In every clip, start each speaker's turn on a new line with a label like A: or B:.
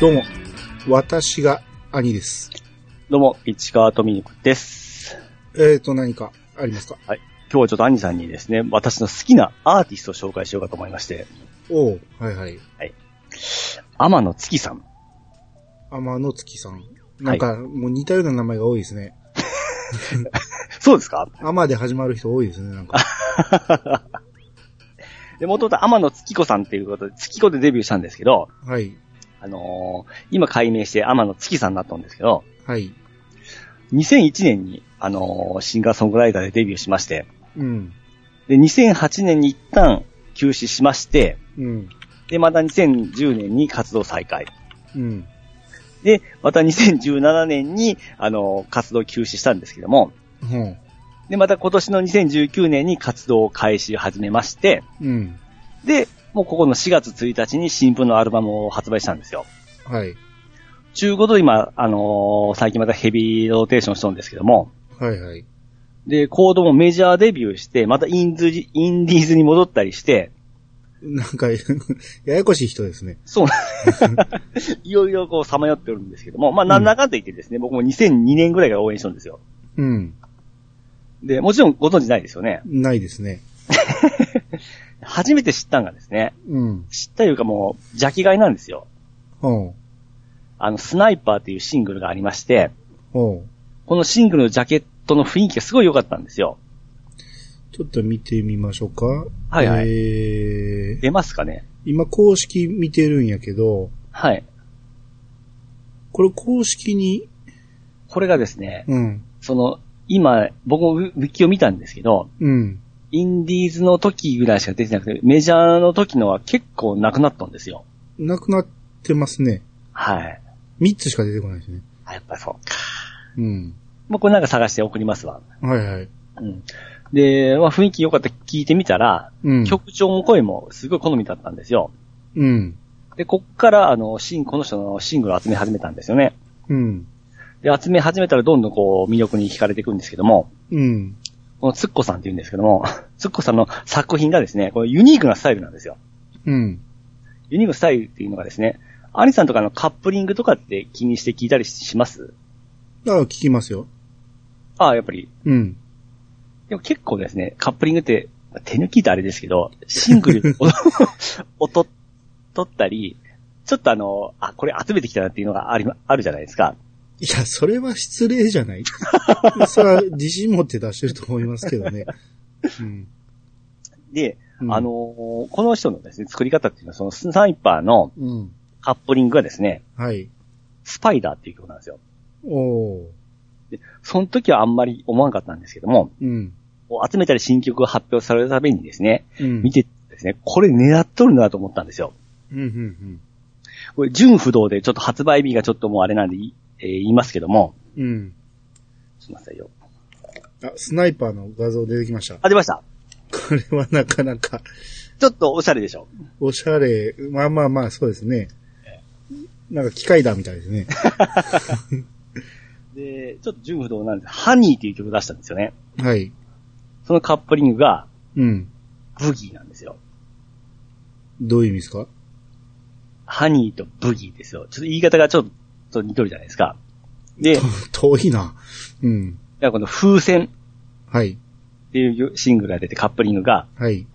A: どうも、私が兄です。
B: どうも、市川とみにくです。
A: えーと、何かありますか
B: 今日はちょっと兄さんにですね、私の好きなアーティストを紹介しようかと思いまして、
A: おう、はいはい。
B: 天野月さん。
A: 天野月さん。なんか、もう似たような名前が多いですね。
B: そうですか
A: 天で始まる人多いですね、なんか。
B: で、元々天野月子さんっていうことで、月子でデビューしたんですけど、
A: はい、
B: あのー今改名して天野月さんになったんですけど、
A: はい。
B: 2001年に、あのーシンガーソングライターでデビューしまして、
A: うん、
B: で、2008年に一旦休止しまして、
A: うん、
B: で、また2010年に活動再開。
A: うん、
B: で、また2017年に、あのー活動休止したんですけども、
A: うん、
B: で、また今年の2019年に活動を開始始めまして、
A: うん、
B: で、もうここの4月1日に新聞のアルバムを発売したんですよ。
A: はい、
B: ちゅうことで今、あのー最近またヘビーローテーションしたんですけども、
A: はいはい。
B: で、コードもメジャーデビューして、またインズジ、インディーズに戻ったりして、
A: なんか、 ややこしい人ですね。
B: そう、いろいろこうさまよっておるんですけども、まあなんだかんだ言ってですね、僕も2002年ぐらいから応援したんですよ。
A: うん、
B: で、もちろんご存知ないですよね。
A: ないですね。
B: 初めて知ったんがですね、
A: うん、
B: 知ったいうかもう、邪気買いなんですよ。
A: ほう、
B: あの、スナイパーっていうシングルがありまして、
A: ほう。
B: このシングルのジャケットの雰囲気がすごい良かったんですよ。
A: ちょっと見てみましょうか。
B: はいはい
A: えー、
B: 出ますかね
A: 今公式見てるんやけど、
B: はい。
A: これ公式に、
B: これがですね、
A: うん、
B: その、今、僕もウィウィキを見たんですけど、
A: うん。
B: インディーズの時ぐらいしか出てなくて、メジャーの時のは結構なくなったんですよ。
A: なくなってますね。
B: はい。
A: 3つしか出てこないですね。
B: あやっぱそうか。
A: うん。
B: もうこれなんか探して送りますわ。
A: はいはい。
B: うん。で、まあ雰囲気良かった聞いてみたら、
A: うん。
B: 曲調も声もすごい好みだったんですよ。
A: うん。
B: で、こっから、あの、シン、この人のシングルを集め始めたんですよね。
A: うん。
B: で、集め始めたらどんどんこう、魅力に惹かれていくんですけども、
A: うん。
B: このつっこさんって言うんですけども、 つっこさんの作品がですね、このユニークなスタイルなんですよ。
A: うん。
B: ユニークなスタイルっていうのがですね、アニさんとかのカップリングとかって気にして聞いたりします
A: だから聞きますよ。
B: ああ、やっぱり。
A: うん。
B: でも結構ですね、カップリングって、手抜きってあれですけど、シング ル、お 音、取ったり、ちょっとあの、あ、これ集めてきたなっていうのがありま、あるじゃないですか。
A: いや、それは失礼じゃない それは自信持って出してると思いますけどね。うん。
B: で、
A: うん
B: あの、この人のですね、作り方っていうのは、そのスナイパーの
A: うん。
B: カップリングがですね、
A: はい。
B: スパイダーっていう曲なんですよ。
A: おー。
B: その時はあんまり思わなかったんですけども、
A: うん。
B: こう集めたり新曲が発表されるたびにですね、
A: うん。
B: 見。てですね、これ狙っとるなと思ったんですよ。
A: うん、うん、
B: これ、純不動でちょっと発売日がちょっともうあれなんでい、えー言いますけども、
A: うん。うん。
B: すいませんよ。
A: あ、スナイパーの画像出てきました。
B: あ、出ました。
A: これはなかなか、
B: ちょっとおしゃれでしょ。
A: おしゃれ。まあまあまあ、そうですね。なんか機械だみたいですね。
B: で、ちょっと純不動なんです。ハニーっていう曲出したんですよね。
A: はい。
B: そのカップリングが、
A: うん。
B: ブギーなんですよ。
A: どういう意味ですか
B: ハニーとブギーですよ。ちょっと言い方がちょっと似とるじゃないですか。で、だか
A: 遠いな。うん。
B: らこの風船
A: はい。
B: っていうシングルが出てカップリングが、
A: はい。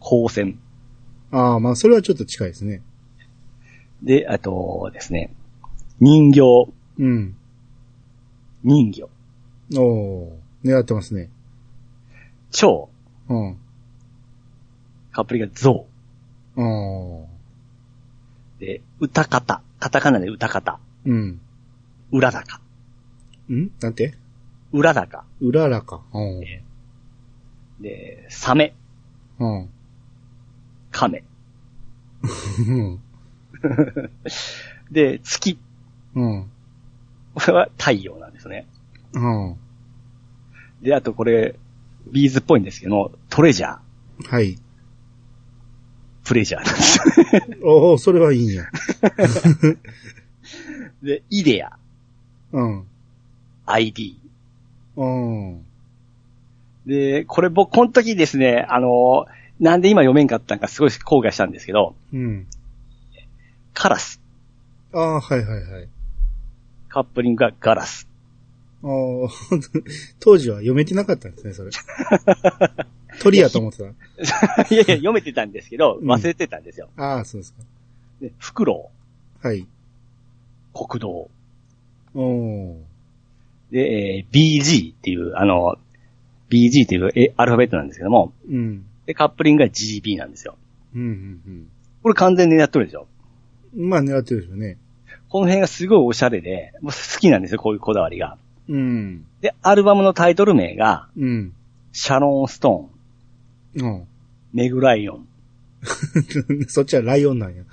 B: 光線。
A: ああ、まあ、それはちょっと近いですね。
B: で、あとですね、人形、
A: うん。
B: 人形、
A: おお狙ってますね。
B: 蝶、
A: うん。
B: カップリングが象、
A: おー
B: で、歌方、カタカナで歌方、
A: うん。
B: 裏高、
A: んなんて
B: 裏高、
A: うららか。うん。
B: で、サメ、
A: うん。
B: カメ、
A: うん。
B: で、月、
A: うん。
B: これは太陽なんですね。
A: うん。
B: で、あとこれ、ビーズっぽいんですけども、トレジャー、
A: はい。
B: プレジャーなんです よ。
A: おおそれはいいんや。
B: で、イデア、
A: うん。
B: ID。
A: うん。
B: で、これ僕、この時ですね、あのーなんで今読めんかったんかすごい後悔したんですけど、
A: うん。
B: カラス、
A: ああ、はいはいはい。
B: カップリングがガラス。
A: ああ、当時は読めてなかったんですね、それ。鳥やと思ってた。
B: いやいや、読めてたんですけど、
A: うん
B: 忘れてたんですよ。
A: ああ、そうですか。
B: で、フクロ
A: はい。
B: ウ、国道、
A: おお。
B: で、えー BG っていう、あの、BG っていうえアルファベットなんですけども、
A: うん。
B: で、カップリングが GB なんですよ。
A: うん、うん、
B: これ完全に狙っとるでしょ。
A: うん。まあ、狙ってるでしょうね。
B: この辺がすごいオシャレで、もう好きなんですよ、こういうこだわりが。
A: うん。
B: で、アルバムのタイトル名が、
A: うん。
B: シャロン・ストーン、
A: お
B: メグ・ライオン、
A: ー そっちはライオンなんや。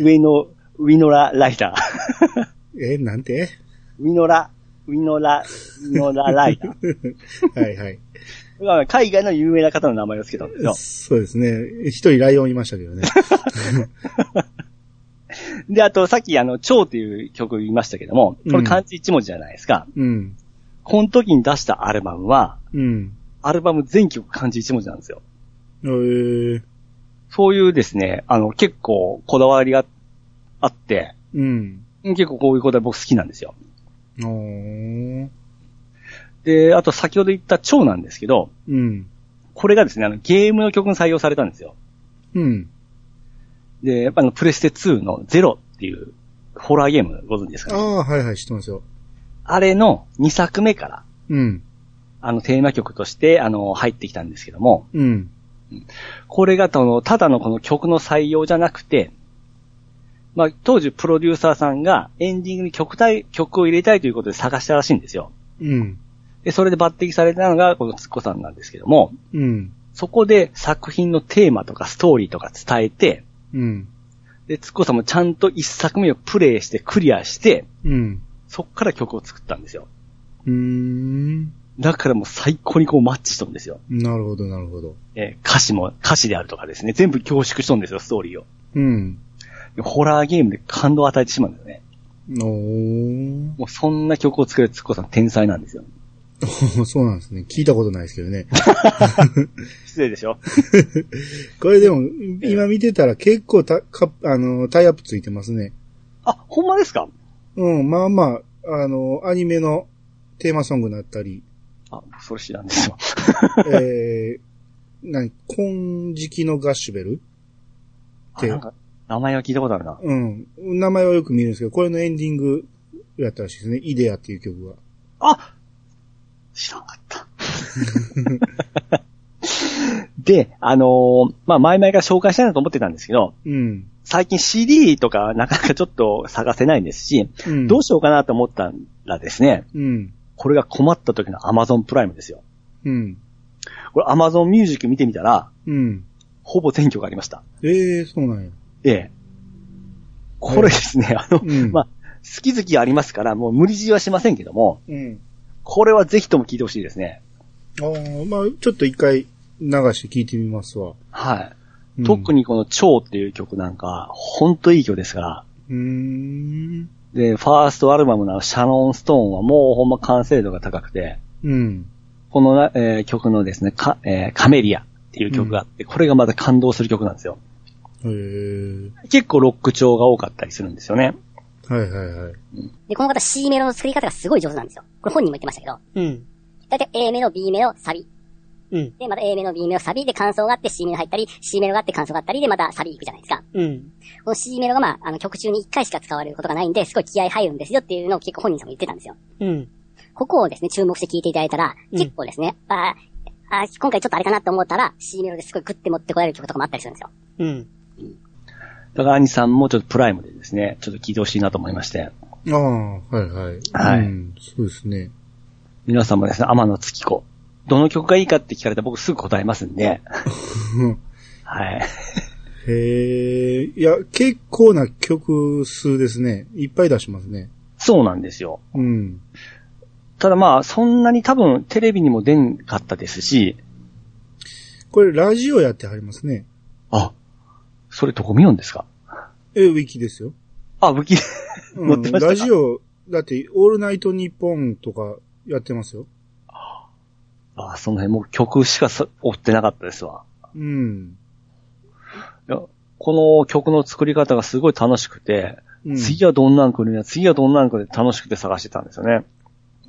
B: ウィノ、ウィノラ・ライター。
A: え、なんて
B: ウィノラ、ウィノラ、ウィノラ・ライター。
A: はいはい。
B: まあ海外の有名な方の名前を付けたんですよ。
A: そうですね。一人ライオンいましたけどね。
B: で、あと、さっき、あの、蝶っていう曲言いましたけども、これ漢字一文字じゃないですか。
A: うん。
B: この時に出したアルバムは、
A: うん。
B: アルバム全曲漢字一文字なんですよ。
A: えー、
B: そういうですね、あの、結構こだわりがあって、
A: うん。
B: 結構こういうことは僕好きなんですよ。
A: おー。
B: で、あと先ほど言った蝶なんですけど、
A: うん。
B: これがですね、あの、ゲームの曲に採用されたんですよ。
A: うん。
B: で、やっぱあの、プレステ2のゼロっていう、ホラーゲームご存知ですか
A: あ
B: ね
A: あ、はいはい、知ってますよ。
B: あれの2作目から、
A: うん。
B: あの、テーマ曲として、あの、入ってきたんですけども、
A: うん。
B: これがその、ただのこの曲の採用じゃなくて、まあ、当時プロデューサーさんがエンディングに曲体曲を入れたいということで探したらしいんですよ。
A: うん。
B: で、それで抜擢されたのがこのつっこさんなんですけども、
A: うん。
B: そこで作品のテーマとかストーリーとか伝えて、
A: うん。
B: で、つっこさんもちゃんと一作目をプレイしてクリアして、
A: うん。
B: そっから曲を作ったんですよ。
A: うーん。
B: だからもう最高にこうマッチしとるんですよ。
A: なるほど、なるほど。
B: えー歌詞も、歌詞であるとかですね、全部凝縮しとるんですよ、ストーリーを。
A: うん。
B: でホラーゲームで感動を与えてしまうんだよね。
A: お
B: もうそんな曲を作るつっこさん天才なんですよ。
A: ー。 そうなんですね。聞いたことないですけどね。
B: 失礼でしょ
A: これでも、今見てたら結構たカップあの、タイアップついてますね。
B: あ、ほんまですか
A: うん、まあまあ、あの、アニメのテーマソングになったり、
B: あ、それ知らんですよ。
A: えー、何、金色のガッシュベル
B: あ
A: で
B: なんか、名前は聞いたことあるな。
A: うん。名前はよく見るんですけど、これのエンディングやったらしいですね。イデアっていう曲が。
B: あ知らんかった。 で、あのーまあ、前々から紹介したいなと思ってたんですけど、
A: うん。
B: 最近 CD とかなかなかちょっと探せないですし、
A: うん。
B: どうしようかなと思ったらですね、
A: うん。
B: これが困った時の Amazon プライムですよ。
A: うん。
B: これ Amazon ミュージック見てみたら、
A: うん。
B: ほぼ全曲ありました。
A: ええー、そうなんや。
B: ええ。これですね、あの、
A: うん
B: まあ、好き好きありますから、もう無理強いはしませんけども、
A: うん。
B: これはぜひとも聞いてほしいですね。
A: ああ、まあちょっと一回流して聞いてみますわ。
B: はい。
A: うん
B: 特。にこの蝶っていう曲なんか、ほんといい曲ですから。
A: うーん。
B: で、ファーストアルバムのシャノンストーンはもうほんま完成度が高くて、
A: うん。
B: このな、えー曲のですね、かえーカメリアっていう曲があって、これがまた感動する曲なんですよ。
A: へえ。
B: 結構ロック調が多かったりするんですよね。
A: はいはいはい。
C: で、この方 C メロの作り方がすごい上手なんですよ。これ本人も言ってましたけど、
D: うん。
C: だいたい A メロ、B メロ、サビ。
D: うん。
C: で、また A メロ、B メロ、サビで感想があって C メロ入ったり、C メロがあって感想があったりでまたサビ行くじゃないですか。
D: うん。
C: この C メロがまあ、あの曲中に1回しか使われることがないんで、すごい気合入るんですよっていうのを結構本人さんも言ってたんですよ。
D: うん。
C: ここをですね、注目して聞いていただいたら、
D: うん
C: 結構ですね、あーあー、今回ちょっとあれかなと思ったら、C メロですごいグッて持ってこられる曲とかもあったりするんですよ。
D: うん。
B: だから兄さんもちょっとプライムでですね、ちょっと聞いてほしいなと思いまして。
A: ああ、はいはい。
B: はい
A: うん、そうですね。
B: 皆さんもですね、天野月子。どの曲がいいかって聞かれたら僕すぐ答えますんで。はい。
A: へえ。いや、結構な曲数ですね。いっぱい出しますね。
B: そうなんですよ。
A: うん。
B: ただまあ、そんなに多分テレビにも出んかったですし、
A: これ、ラジオやってはりますね。
B: あ、それどこ見よんですか
A: え、ウィキですよ。
B: あ、武器。
A: う
B: 載っ
A: ん、
B: てましたか
A: ラジオ、だって、オールナイトニッポンとかやってますよ。
B: あ、その辺もう曲しかさ追ってなかったですわ。
A: うん。
B: いやこの曲の作り方がすごい楽しくて、
A: うん
B: 次はどんなん来るんや、次はどんなん来るんや楽しくて探してたんですよね。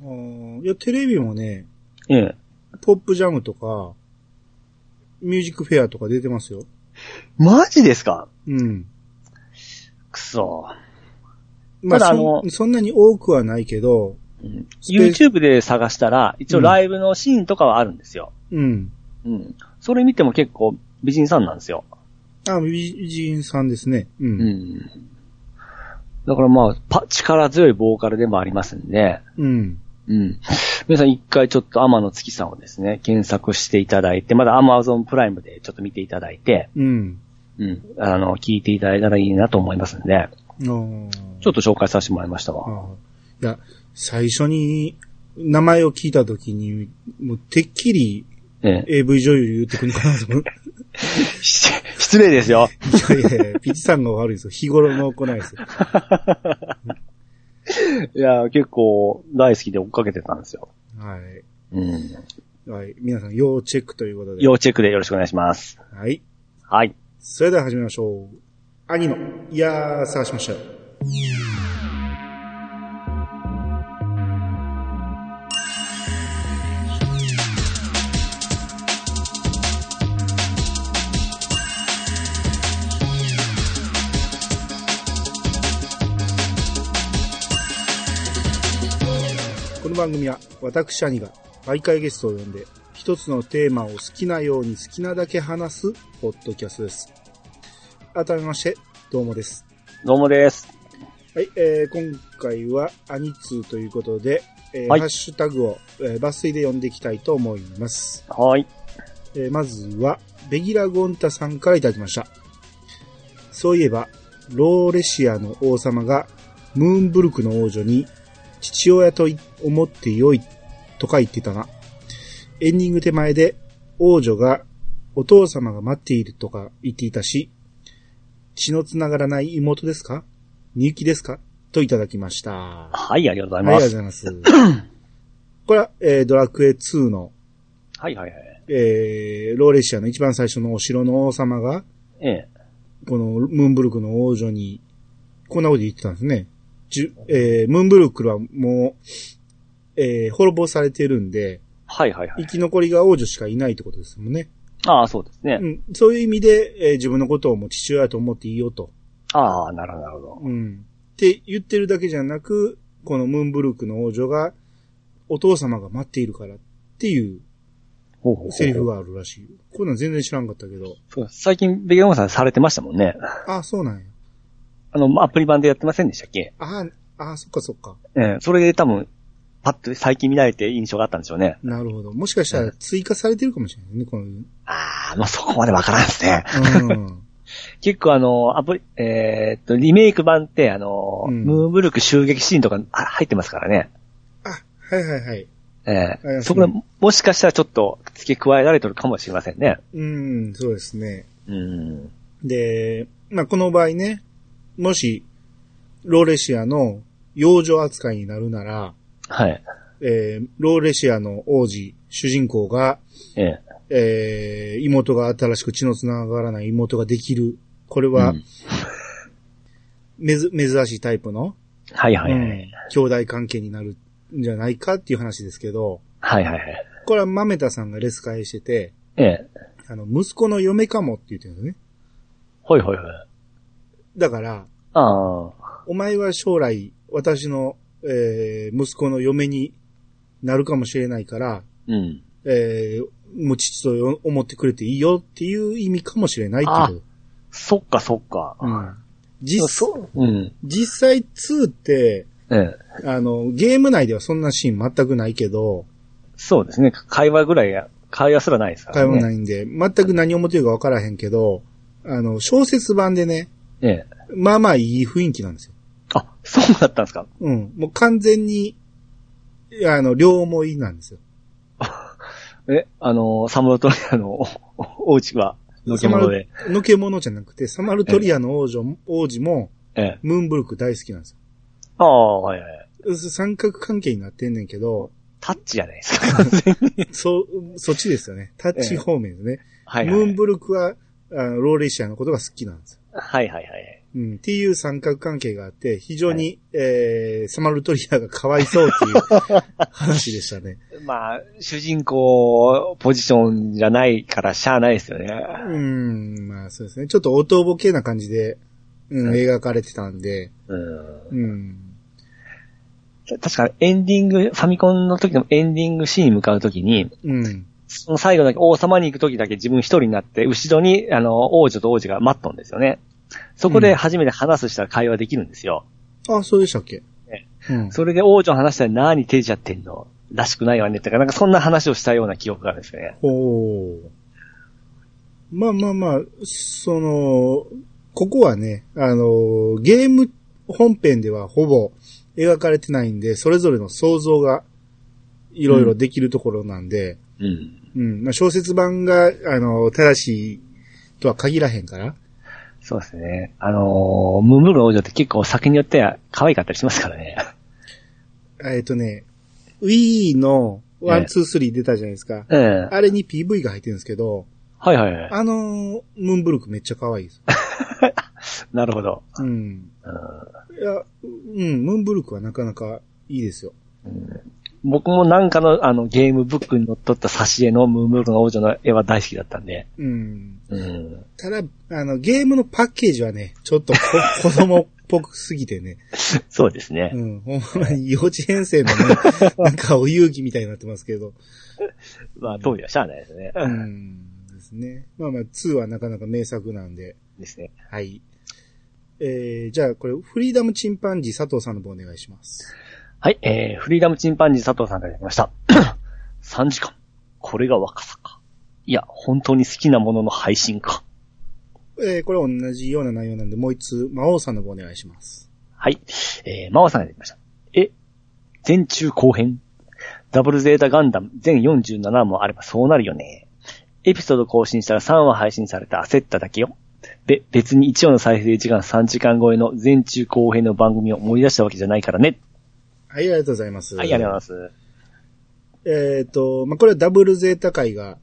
A: あーいや、テレビもね、
B: ええ。
A: ポップジャムとか、ミュージックフェアとか出てますよ。
B: マジですか
A: うん。
B: くそ。
A: まあ、
B: ただ
A: そ
B: あ
A: んそんなに多くはないけど、
B: うん
A: スペース
B: YouTube で探したら、一応ライブのシーンとかはあるんですよ。
A: うん。
B: うん。それ見ても結構美人さんなんですよ。
A: あ、美人さんですね。うん。うん。
B: ん。だからまあ、パ力強いボーカルでもありますんで、うん。皆さん一回ちょっと天野月さんをですね、検索していただいて、まだ Amazon プライムでちょっと見ていただいて、
A: うん。
B: うん。あの、聞いていただいたらいいなと思いますんで、
A: あー
B: ちょっと紹介させてもらいましたわ。
A: あーいや、最初に、名前を聞いたときに、もう、てっきり
B: ええ
A: AV 女優言ってくるのかなと 思っ
B: し失礼ですよ。
A: て。いやいやいや、ピチさんが悪いですよ。日頃の行いですよ。
B: いや、結構大好きで追っかけてたんですよ。
A: はい。
B: うん。
A: はい。皆さん、要チェックということで。
B: 要チェックでよろしくお願いします。
A: はい。
B: はい。
A: それでは始めましょう。兄の、いやー、探しましたよ。この番組は私兄が毎回ゲストを呼んで一つのテーマを好きなように好きなだけ話すポッドキャストです。改めまして、どうもです。
B: どうもです。
A: はい、えー、今回はアニツーということで、えー
B: はい
A: ハッシュタグを、えー抜粋で読んでいきたいと思います。
B: はい。
A: えーまずは、ベギラ・ゴンタさんからいただきました。そういえば、ローレシアの王様が、ムーンブルクの王女に、父親とい思ってよい、とか言ってたな。エンディング手前で、王女が、お父様が待っているとか言っていたし、血のつながらない妹ですかみゆきですかといただきました。は
B: はい、ありがとうござい
A: い、ありが
B: ま
A: とうご
B: す。
A: ざいます。これは、えードラクエ2の
B: はい、はい、はい。
A: えーローレシアの一番最初のお城の王様が、
B: ええ。
A: このムーンブルクの王女に、こんなこと言ってたんですね。じゅえームーンブルクはもう、えー滅ぼされてるんで、
B: はい、はい、は
A: 生
B: い。
A: き残りが王女しかいないってことですもんね。
B: ああ、そうですね
A: う。ん、そういう意味で、えー自分のことをもう父親と思っていいよと。
B: ああ、なるほど、なるほど。
A: うん。って言ってるだけじゃなく、このムーンブルクの王女が、お父様が待っているからっていう
B: ほうほうほう
A: セリフがあるらしい。こんなん全然知らんかったけど。
B: そう最近、ベゲモンさんされてましたもんね。
A: あ、そうなんや。
B: あの、まあアプリ版でやってませんでしたっけ
A: あーあー、そっかそっか。
B: ええ、それで多分、パッと最近見られて印象があったんでしょうね。
A: なるほど。もしかしたら追加されてるかもしれないね、 この。
B: ああ、まあ、そこまでわからんですね。
A: うん。
B: 結構あの、アプリ、えーっと、リメイク版って、あの、
A: うん
B: ムーンブルク襲撃シーンとかあ入ってますからね。
A: あ、はいはいはい。
B: え
A: あ
B: え、そこで
A: う
B: もしかしたらちょっと付け加えられてるかもしれませんね。
A: うん、そうですね。
B: うん。
A: で、まあ、この場合ね、もし、ローレシアの養女扱いになるなら、
B: はい。
A: えー、ローレシアの王子、主人公が、
B: ええ。
A: えー、妹が新しく血の繋がらない妹ができる。これは
B: うん、
A: めず、珍しいタイプの、
B: はいはいは
A: う
B: い
A: ん。兄弟関係になるんじゃないかっていう話ですけど、
B: はいはいはい。
A: これはマメタさんがレス替えしてて、
B: ええ。
A: あの、息子の嫁かもって言ってるのね。
B: ほいほいほい。
A: だから、
B: ああ。
A: お前は将来、私の、えー息子の嫁になるかもしれないから、
B: うん。
A: えーもう父とよ思ってくれていいよっていう意味かもしれないっていうこ
B: そっかそっか。
A: と。うん。実、
B: うん。
A: 実際2って、
B: ええ。
A: あの、ゲーム内ではそんなシーン全くないけど、
B: そうですね。会話ぐらいや、会話すらないですから
A: 会
B: ね。。
A: 話ないいんで、全く何を思ってるかわからへんけど、あの、小説版でね、
B: ええ。
A: まあまあいい雰囲気なんですよ。
B: あ、そうだったんですか
A: うん。もう完全に、いやあの、両思いなんですよ。
B: え、あの、サムロトリアの おおお家は、のけ物で。
A: サマル。のけものじゃなくて、サマルトリアの王女も、王子も、
B: ええ。
A: ムーンブルク大好きなんです
B: ああ、はいはい。
A: よ。三角関係になってんねんけ ど、
B: タッチじゃないです か。完全に
A: そ、そっちですよね。タッチ方面ですね。
B: はいは
A: ムーン
B: い。
A: ブルクは、あのローレシアのことが好きなんですよ。
B: はいはいはい。
A: うん、っていう三角関係があって、非常に、えー、サマルトリアがかわいそうっていう 話でしたね。
B: まあ、主人公ポジションじゃないからしゃあないですよね。
A: うん、まあそうですね。ちょっとおとぼけな感じで、うん、
B: はい
A: 描かれてたんで、
B: うん。
A: うん。
B: 確かエンディング、ファミコンの時のエンディングシーンに向かう時に、
A: うん。
B: その最後だけ王様に行く時だけ自分一人になって、後ろに、あの、王女と王子が待っとんですよね。そこで初めて話すしたら会話できるんですよ。
A: あ、そうでしたっけ
B: ね
A: うん。
B: それで王女の話したら何手じゃってんのらしくないわねとか、なんかそんな話をしたような記憶があるんですよね。
A: ほう。まあまあまあ、その、ここはね、あの、ゲーム本編ではほぼ描かれてないんで、それぞれの想像がいろいろできるところなんで、
B: うん。
A: うん、まあ小説版が、あの、正しいとは限らへんから、
B: そうですね。あのームーンブルーの王女って結構作によっては可愛かったりしますからね。
A: えっ、とね、Wii の
B: ええ
A: 1,2,3出たじゃないですか。
B: うん。
A: あれに PV が入ってるんですけど、
B: はいはいはい。
A: あのームーンブルクめっちゃ可愛いです。
B: なるほど。
A: うん。
B: うん
A: いや、うん、ムーンブルクはなかなかいいですよ。
B: 僕もなんかのあのゲームブックに載っとった挿絵のムームールの王女の絵は大好きだったんで。
A: うん。
B: うん。
A: ただ、あの、ゲームのパッケージはね、ちょっとこ 子供っぽくすぎてね、
B: そうですね。
A: うん、ほんまに幼稚園生のね、なんかお遊戯みたいになってますけど、
B: まあ、当時はしゃあないですね。
A: うん、ですね。まあまあ、2はなかなか名作なんで、
B: ですね。
A: はい。えー、じゃあこれ、フリーダムチンパンジー佐藤さんの方お願いします。
B: はい、えー、フリーダムチンパンジー佐藤さんからいただきました。3時間。これが若さか。いや、本当に好きなものの配信か。
A: えー、これ同じような内容なんで、もう一通、魔王さんの方お願いします。
B: はい。えー、マオさんが出てきました。え、前中後編ダブルゼータガンダム全47もあればそうなるよね。エピソード更新したら3話配信されて焦っただけよ。べ、別に1話の再生時間3時間超えの全中後編の番組を思い出したわけじゃないからね。
A: はい、ありがとうございます。
B: はい、ありがとうございます。
A: えっ、と、まあ、これはダブルゼータ界が、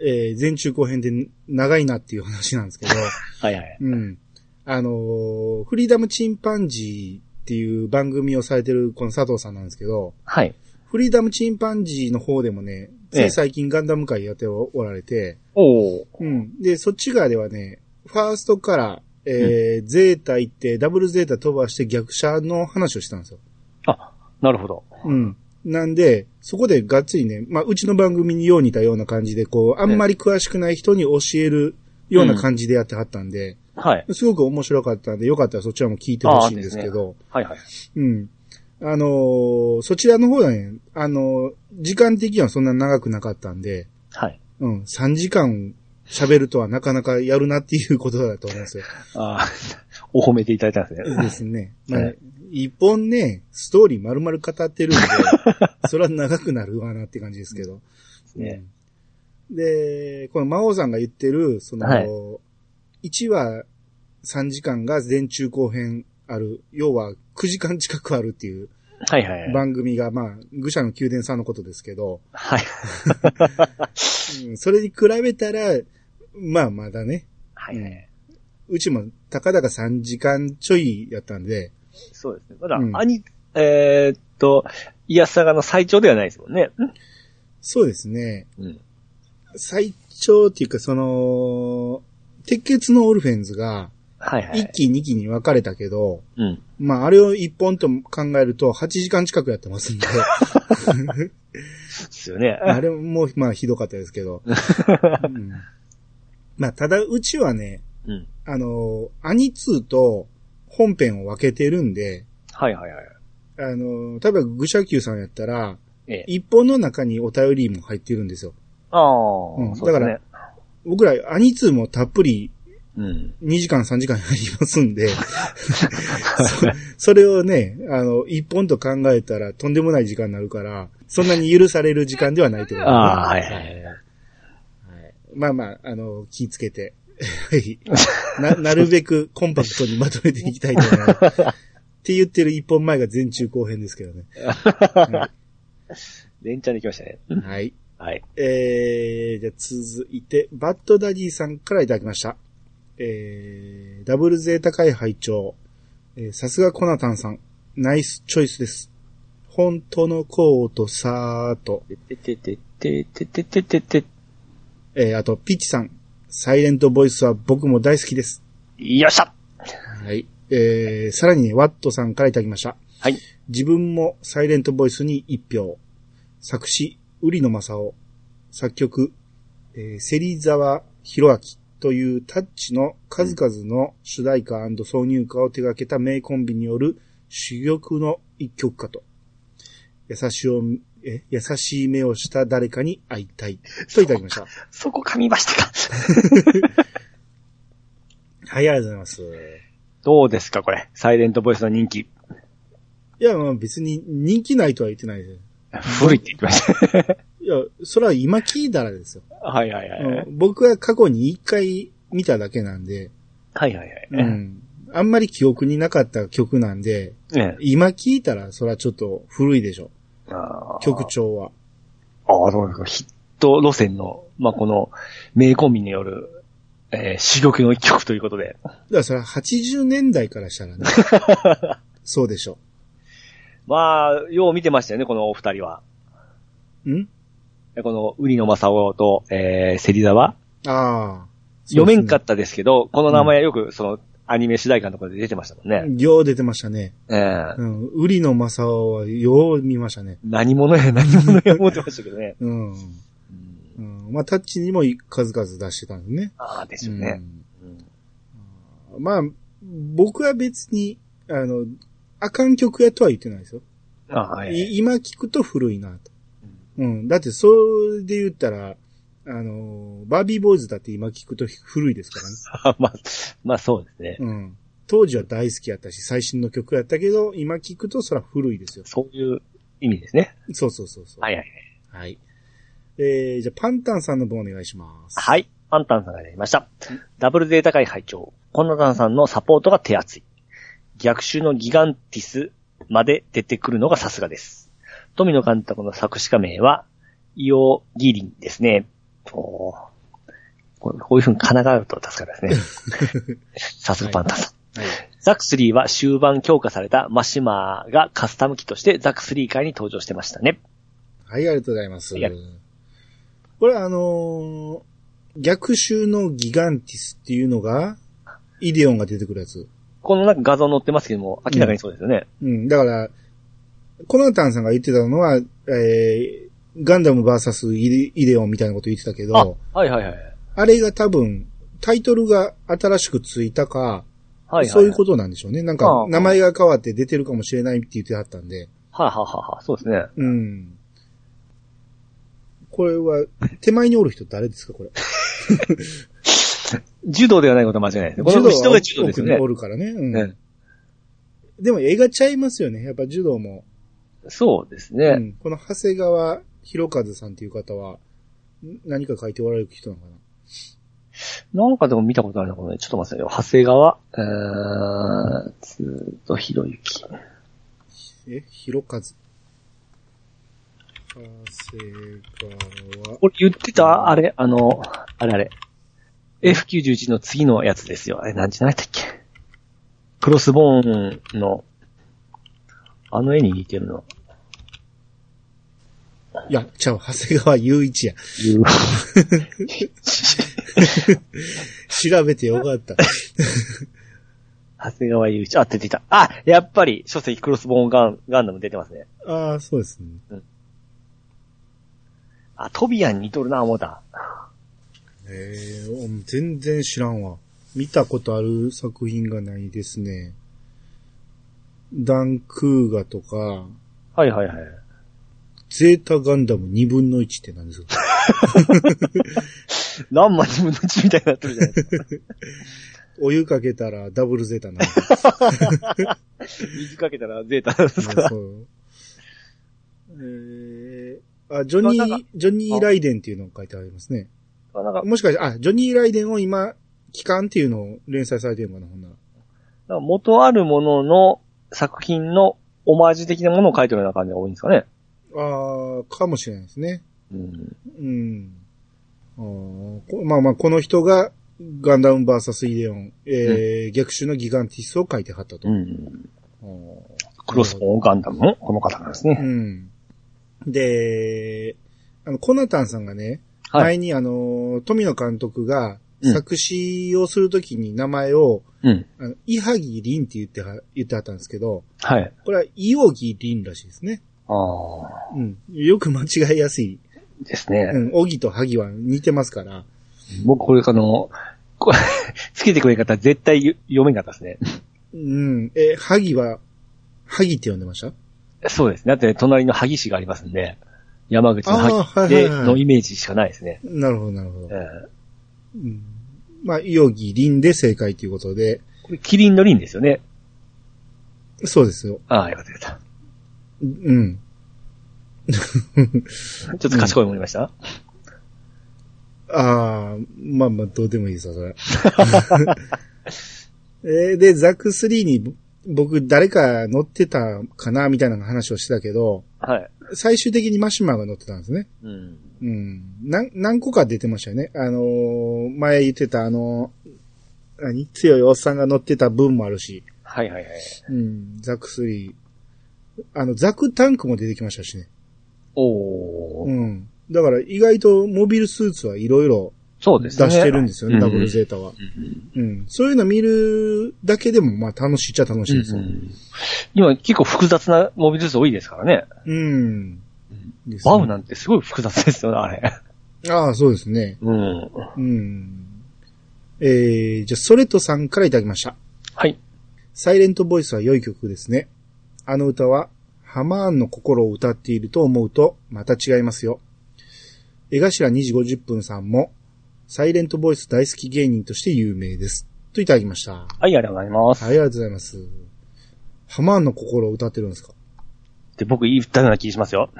A: えー前中後編で長いなっていう話なんで すけど、
B: はいはい。
A: うん。あのーフリーダムチンパンジーっていう番組をされてるこの佐藤さんなんですけど、
B: はい。
A: フリーダムチンパンジーの方でもね、つい最近ガンダム界やっておられて、
B: おー。
A: うん。で、そっち側ではね、ファーストから、えーゼータ行って、ダブルゼータ飛ばして逆車の話をしたんですよ。
B: あ、なるほど。
A: うん。なんで、そこでがっつりね、まあ、うちの番組によう似たような感じで、こう、あんまり詳しくない人に教えるような感じでやってはったんで、
B: はい。
A: すごく面白かったんで、よかったらそちらも聞いてほしいんですけど、
B: はいはい。
A: うん。あのーそちらの方はね、あのー時間的にはそんな長くなかったんで、
B: はい。
A: うん、3時間喋るとはなかなかやるなっていうことだと思うんですよ。
B: ああ、 お褒めていただいたんですね。
A: ですね。まあ
B: はい
A: 一本ね、ストーリー丸々語ってるん で、それは長くなるわなって感じですけど。
B: ね
A: うんで、この魔王さんが言ってる、その、
B: はい
A: 1話3時間が前中後編ある、要は9時間近くあるっていう
B: はいはい。はい。
A: 番組が、まあ、愚者の宮殿さんのことですけど、
B: はい。
A: うんそれに比べたら、まあまだね、
B: はい。
A: うちもたかだか3時間ちょいやったんで、
B: そうですね。まだ、
A: うん
B: 兄、えーっと、イヤサガの最長ではないですもんね。
A: そうですね、
B: うん。
A: 最長っていうかその、鉄血のオルフェンズが、
B: はいは
A: 1
B: い。
A: 期2期に分かれたけど、
B: うん。
A: まあ、あれを一本と考えると、8時間近くやってますんで、
B: ですよね。
A: あれも、まあ、ひどかったですけど。うんまあ、ただ、うちはね、
B: うん。
A: あの、アニ2と本編を分けてるんで、
B: はいはいはい。
A: あの、例えば、愚者級さんやったら、
B: ええ。
A: 一本の中にお便りも入ってるんですよ。
B: ああ、
A: うん
B: そうですね。
A: 僕ら、アニ2もたっぷり
B: うん。
A: 2時間3時間やりますん で、そそれをね、あの、一本と考えたらとんでもない時間になるから、そんなに許される時間ではないってことね
B: ああ、はいはいはい。
A: まあまあ、あの、気ぃつけて、はい。な、なるべくコンパクトにまとめていきたいと思います。って言ってる一本前が前中後編ですけどね。
B: 連チャンできましたね。
A: はい。
B: はい。
A: えー、じゃあ続いて、バッドダディさんからいただきました。えー、ダブルゼータ会拝聴えーさすがコナタンさん。ナイスチョイスです。本当のコートさーと。
B: てててててててててて。
A: えー、あと、ピッチさん。サイレントボイスは僕も大好きです。
B: よっしゃ
A: はい。えー、さらにね、ワットさんからいただきました。
B: はい。
A: 自分もサイレントボイスに一票。作詞、瓜野正夫。作曲、えー、芹沢博明というタッチの数々の主題歌挿入歌を手掛けた名コンビによる珠玉の一曲かと。優しいを、え、優しい目をした誰かに会いたい。といただきました。
B: そこ噛みましたか
A: はい、ありがとうございます。
B: どうですかこれ。サイレントボイスの人気。
A: いや、まあ別に人気ないとは言ってないです。
B: 古いって言って ました。
A: いや、それは今聞いたらですよ。
B: はいはいはい。はい
A: うん僕は過去に一回見ただけなんで、
B: はいはい。
A: うん。あんまり記憶になかった曲なんで、
B: ね
A: 今聞いたらそれはちょっと古いでしょ。
B: あー
A: 曲調は。
B: ああ、そうですか。ヒット路線の、まあ、この、名コンビによる、えー、主玉の一曲ということで。
A: だからそれは80年代からしたらね。 そうでしょ。
B: まあ、よう見てましたよね、このお二人は。
A: ん
B: この、ウリの正夫と、えー、芹沢。
A: ああ。
B: 読めんか
A: そ
B: ったですけど、この名前はよく、その、アニメ主題歌のところで出てましたもん
A: う
B: ね
A: で。すね。よう出てましたね。
B: ええ
A: うん。売りの正雄はよう見ましたね。
B: 何者や、何者や思ってましたけどね。
A: うん。
B: うん
A: うん、まあ、タッチにも数々出してたんですね。
B: ああ、ですよね
A: う。ん
B: うん
A: まあ、僕は別に、あの、あかん曲やとは言ってないですよ。
B: ああ、はい
A: い今聞くと古いなと。うん。だって、それで言ったら、あの、バービーボーイズだって今聞くと古いですからね。
B: まあ、まあそうです ね。
A: うん。当時は大好きやったし、最新の曲やったけど、今聞くとそら古いですよ。
B: そういう意味ですね。
A: そうそうそうそう。。
B: はいいはい。
A: はい。えー、じゃあ、パンタンさんの分お願いします。。
B: はいい。パンタンさんがやりました。ダブルデータ会拝聴コナタンさんのサポートが手厚い。逆襲のギガンティスまで出てくるのがさすがです。富野監督の作詞家名は、イオギリンですね。おーこうこういう風に金があると助かるです ね。さすがパンタンさん。
A: はい。
B: ザック3は終盤強化されたマシマーがカスタム機としてザック3回に登場してましたね。
A: はい、ありがとうございます
B: ありがと。
A: これあのー逆襲のギガンティスっていうのが、イデオンが出てくるやつ。
B: このなんか画像載ってますけども、明らかにそうですよね。
A: うん、だから、コナタンさんが言ってたのは、えー、ガンダムバーサスイデオンみたいなこと言ってたけ
B: あ
A: ど、、
B: はいはいはい。はい
A: あれが多分、タイトルが新しくついたか、
B: はい、
A: そういうことなんでしょうね。なん
B: あ
A: か
B: あ、
A: 名前が変わって出てるかもしれないって言ってあったんで、
B: はいはいはいはい、そうですね。
A: うん。これは、手前におる人誰ですか、これ。
B: 柔道ではないことは間違いないですね。この人が柔道ですよね
A: お。るからね。うん。
B: ね
A: でも映画ちゃいますよね。やっぱ柔道も。
B: そうですね。
A: うん、この長谷川博和さんっていう方は、ん何か書いておられる人なのかな
B: なんかでも見たことあるのかもね。ちょっと待ってくださいよ。長谷川、えー、ずっとひろゆき。
A: え博和。長谷川。
B: これ言ってたあれ、あの、あれあれ。F91 の次のやつですよ。あれ、なんじゃないだっけ。クロスボーンの、あの絵に似てる の。
A: いや、ちゃう、長谷川雄一や。
B: いう
A: 調べてよか った。
B: 長谷川祐一。あ、出てきた。あ、やっぱり、書籍クロスボーンガンガンダム出てますね。
A: ああ、そうですね。
B: あ、トビアンに似とるな、思うた。
A: ええー、全然知らんわ。見たことある作品がないですね。ダンクーガとか、
B: はいはいはい。
A: ゼータガンダム2分の1って何です か
B: 何万人分の血みたいになってるじゃない ですか。
A: お湯かけたらダブルゼータなんです
B: 水かけたらゼータなんですか
A: ねそうえー、あ、ジョニー、ジョニー・ライデンっていうのを書いてありますね。
B: ら。なんか、
A: もしかして、あ、ジョニー・ライデンを今、期間っていうのを連載されてるのかな、ほんなら。
B: なんか元あるものの作品のオマージュ的なものを書いてるような感じが多いんですかね。
A: あー、かもしれないですね。
B: うん。
A: うん。あーこまあまあ、この人がガンダムバーサスイデオン、えー逆襲のギガンティスを書いてはったと。
B: うん。
A: おー
B: クロスボーンガンダムのこの方なんです
A: う
B: ね。
A: ん。で、あの、コナタンさんがね、
B: はい。
A: 前にあの、富野監督が
B: うん
A: 作詞をするときに名前を、
B: うん。
A: あの、イハギリンって言っては、言ってはったんですけど、
B: はい。
A: これはイオギリンらしいですね。
B: ああ
A: うん。よく間違いやすい。
B: ー。ですね。
A: うん。オギとハギは似てますから。
B: 僕これあの、こ つけてくれんかったら絶対読めなかったですね。
A: うん。え、ハギは、ハギって呼んでました
B: そうですね。だって隣の萩市がありますんで、山口の
A: あー
B: 萩
A: はい
B: で
A: はいはい
B: のイメージしかないですね。
A: なるほど、なるほど
B: え。ー
A: うん。まあ、イオギリンで正解ということで、
B: これキリンの輪ですよね。
A: そうですよ。
B: ああ、よかったよかっ
A: うん。
B: た。ちょっと賢い思いました、
A: ああ、まあまあ、どうでもいいですよ、そ れ。えーで、ザック3に僕、誰か乗ってたかな、みたいな話をしてたけど、
B: はい。
A: 最終的にマシュマーが乗ってたんですね。
B: うん。
A: うん。なん何個か出てましたよね。あのー前言ってた、あのー何強いおっさんが乗ってた分もあるし、
B: はいはいはい。
A: うん、ザック3。あの、ザクタンクも出てきましたしね。
B: おー。
A: うん。だから意外とモビルスーツはいろいろ
B: そう
A: 出
B: ですね。
A: してるんですよね、
B: うん
A: ダブルゼータは。
B: うん
A: うん。そういうの見るだけでも、まあ楽しいっちゃ楽しいですよ。
B: 今結構複雑なモビルスーツ多いですからね。
A: うん。ですね
B: バウなんてすごい複雑ですよね、あれ。
A: ああ、そうですね。
B: うん。
A: うん。えー、じゃあ、ソレトさんからいただきました。
B: はい。
A: サイレントボイスは良い曲ですね。あの歌は、ハマーンの心を歌っていると思うと、また違いますよ。江頭2時50分さんも、サイレントボイス大好き芸人として有名です。といただきました。はい、
B: はい、ありがとうございます。
A: ありがとうございます。ハマーンの心を歌ってるんですか
B: で、僕言ったような気がしますよ。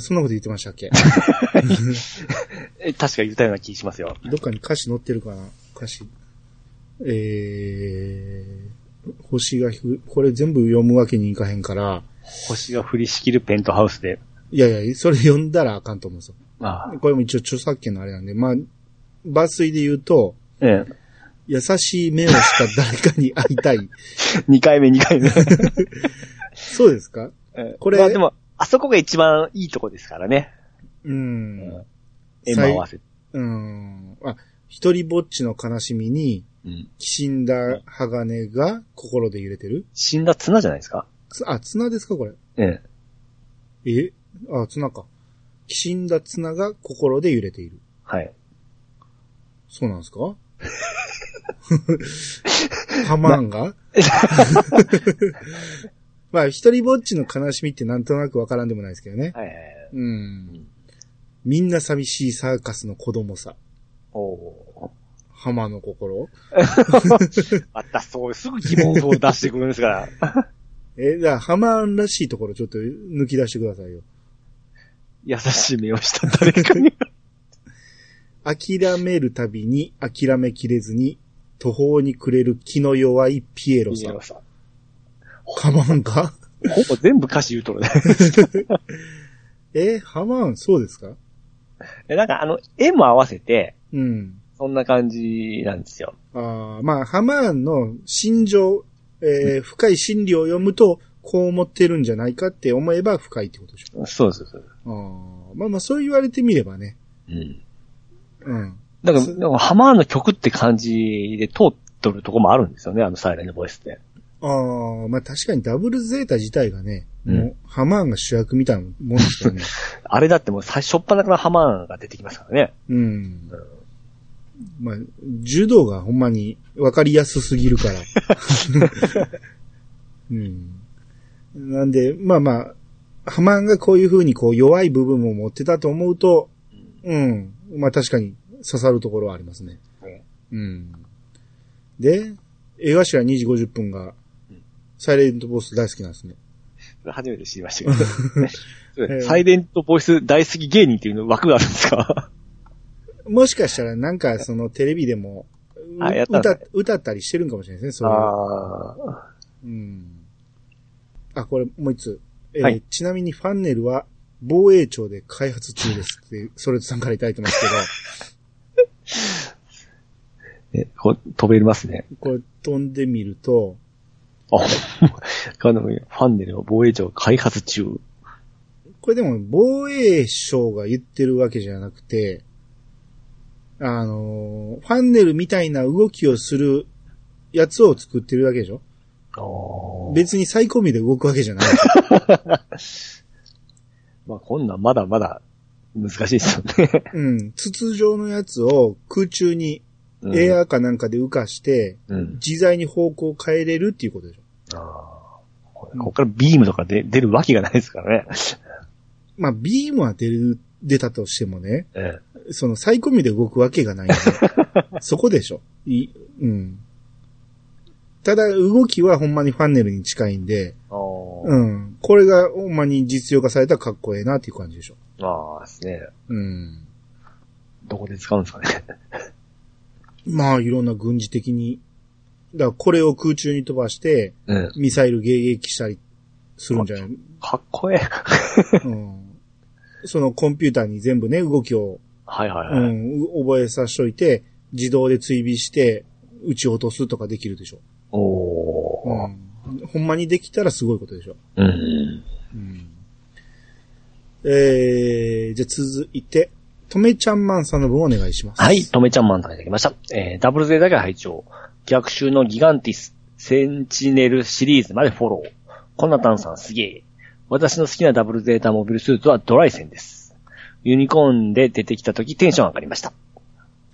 A: そんなこと言ってましたっけ
B: え確か言ったような気がしますよ。
A: どっかに歌詞載ってるかな歌詞。えー、星が低く、これ全部読むわけにいかへんから、
B: 星が降りしきるペントハウスで。
A: いやいや、それ読んだらあかんと思うんですよ。
B: ああ。
A: これも一応著作権のあれなんで、まあ、抜粋で言うと、
B: え
A: 優しい目をした誰かに会いたい。
B: え。二回目、二回目。
A: そうですか
B: ええ
A: これ
B: まあでも、あそこが一番いいとこですからね。
A: う。
B: うんん。絵も合わせて。
A: うん。あ、一人ぼっちの悲しみに、
B: うん。
A: きしんだ鋼が心で揺れてる
B: 死んだ綱じゃないですか。
A: つあ、綱ですかこれ。
B: ええ。
A: えあ、綱か。きしんだ綱が心で揺れている。
B: はい。
A: そうなんです かハマーンが まあ、一人ぼっちの悲しみってなんとなくわからんでもないですけどね。
B: はいはいはい。
A: うん。みんな寂しいサーカスの子供さ。
B: おお。
A: ハマーンの心
B: またそう、すぐ疑問を出してくるんですから。
A: え、だからハマーンらしいところちょっと抜き出してくださいよ。
B: 優しい目をした誰かに。
A: 諦めるたびに諦めきれずに途方に暮れる気の弱いピエロさん。
B: さ
A: ハマーンか
B: ほぼ全部歌詞言うとるね。
A: え、ハマーンそうですか
B: えなんかあの、絵も合わせて、
A: うん。
B: そんな感じなんですよ。
A: あーまあ、ハマーンの心情、えー深い心理を読むと、こう思ってるんじゃないかって思えば深いってことでしょ。
B: そうそうそう。
A: あーまあまあ、そう言われてみればね。
B: うん。
A: うん。
B: だから、
A: そう
B: なんかハマーの曲って感じで通っとるとこもあるんですよね、あのサイレントボイスって。
A: ああ、まあ確かにダブルゼータ自体がね、
B: うん
A: もう、ハマーンが主役みたいなもんですからね。
B: あれだってもう最初っ端からハマーが出てきますからね。
A: うん。まあ、柔道がほんまに分かりやすすぎる から。うん。なんで、まあまあ、ハマンがこういう風にこう弱い部分も持ってたと思うと、うん。まあ確かに刺さるところはありますね。
B: ね
A: うん。で、映画ら2時50分が、サイレントボス大好きなんですね。
B: 初めて知りましたけどそ
A: え
B: う で
A: え
B: す。サイレントボイス大好き芸人っていうの枠があるんですか
A: もしかしたらなんかそのテレビでも、う
B: あやったん
A: 歌
B: だ
A: 歌ったりしてるんかもしれないですね、それは。
B: ああ。
A: うん。あ、これ、もう一つ。えー
B: はい
A: ちなみにファンネルは防衛 庁で開発中ですって、それとさんからいただいてます
B: え、こう飛べますね。
A: これ飛んでみると、
B: あ、かなりファンネルを防衛庁開発中。
A: これでも防衛省が言ってるわけじゃなくて、あのー、ファンネルみたいな動きをするやつを作ってるわけでしょ別にサイコミで動くわけじゃ ない。
B: まあ、こんなんまだまだ難しいですよね。
A: うん。筒状のやつを空中に エアーかなんかで浮かして、
B: うん。
A: 自在に方向を変えれるっていうことでしょ。
B: ああここっからビームとかで出るわけがないですからね。
A: まあ、ビームは出る、出たとしてもね、
B: ええ
A: そのサイコミで動くわけがないんで。 そこでしょ。いうん。ただ、動きはほんまにファンネルに近いんで、
B: あー
A: うん。これがほんまに実用化されたらかっこええなっていう感じでしょ。
B: まあですね。
A: うん。
B: どこで使うんですかね。
A: まあ、いろんな軍事的に。だから、これを空中に飛ばして、
B: うん。
A: ミサイル迎撃したりするんじゃない、
B: かっこええ。
A: うん、そのコンピューターに全部ね、動きを、
B: はいはいうはい。
A: ん、う覚えさせといて、自動で追尾して、撃ち落とすとかできるでしょ。
B: お
A: う
B: お、
A: ん、ほんまにできたらすごいことでしょ。
B: うん、
A: うん、えー、じゃあ続いて、とめちゃんまんさんの分お願いします。
B: はい、とめちゃんマンさんいただきました。えー、ダブルゼだけ拝聴逆襲のギガンティス、センチネルシリーズまでフォロー。コナタンさんすげえ。私の好きなダブルゼータモビルスーツはドライセンです。ユニコーンで出てきた時テンション上がりました。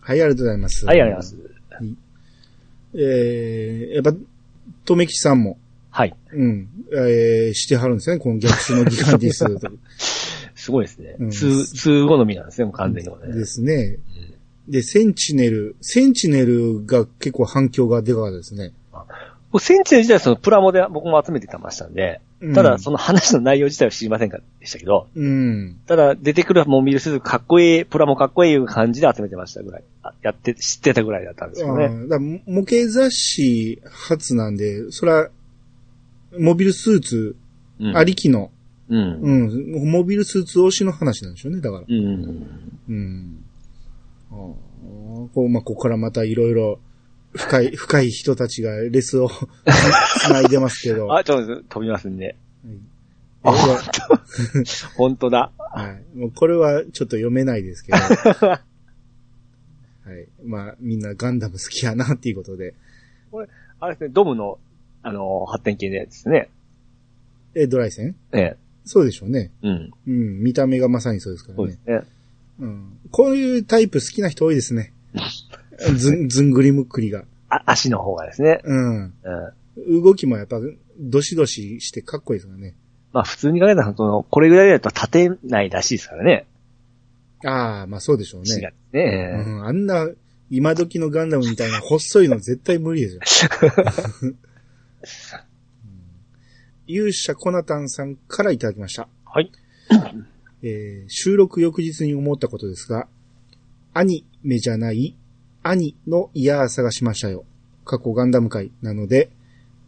A: はい、ありがとうございます。
B: はい、ありがとうございます。
A: す。えー、やっぱ、とめきさんも、
B: はい。
A: うん、えー、してはるんですね、この逆襲のギガンティ ス
B: すごいですね
A: うん。
B: 通、通好みなんですね、もう完全にこれね。
A: ですね。で、センチネル。センチネルが結構反響がでかかったですね。
B: 僕センチネル自体はそのプラモで僕も集めてたましたんで、た
A: う
B: だ
A: ん
B: その話の内容自体は知りませんかでしたけど、
A: うん。
B: ただ、出てくるモビルスーツかっこいい、プラもかっこいいいう感じで集めてましたぐらい。あやって、知ってたぐらいだったんですよ
A: う
B: ね。
A: んだから模型雑誌初なんで、そら、モビルスーツ
B: うん
A: あ。りきの、
B: うん。
A: うん、モビルスーツ推しの話なんでしょうね、だから。
B: うん。
A: うん。あーこう、まあ、ここからまたいろいろ、深 い、深い人たちがレスを 繋いでますけど。は
B: あ、ちょっと飛びますんで。
A: い
B: あ
A: これは
B: 本当だ。
A: はい。もうこれはちょっと読めないです けど。はい。まあ、みんなガンダム好きやなっていうことで。
B: あれですね、ドムの、あのー発展系のやつですね。
A: え、ドライセン
B: え
A: そうでしょうね。
B: え。うん。
A: うん。見た目がまさにそうですから
B: そう
A: ね。
B: ですね。
A: うん。こういうタイプ好きな人多いですね。ずん、ずんぐりむっくりが。
B: あ、足の方がですね。
A: うん。
B: うん。
A: 動きもやっぱ、どしどししてかっこいいですからね。
B: まあ普通に考えたら、その、これぐらいだと立てないらしいですからね。
A: ああ、まあそうでしょう
B: 違
A: ね。
B: う
A: う
B: ね。ええ
A: ん。あんな、今時のガンダムみたいな細いの絶対無理ですよ。勇者コナタンさんからいただきました。
B: はい。
A: えー収録翌日に思ったことですが、アニメじゃない、アニの嫌さがしましたよ。過去ガンダム界なので、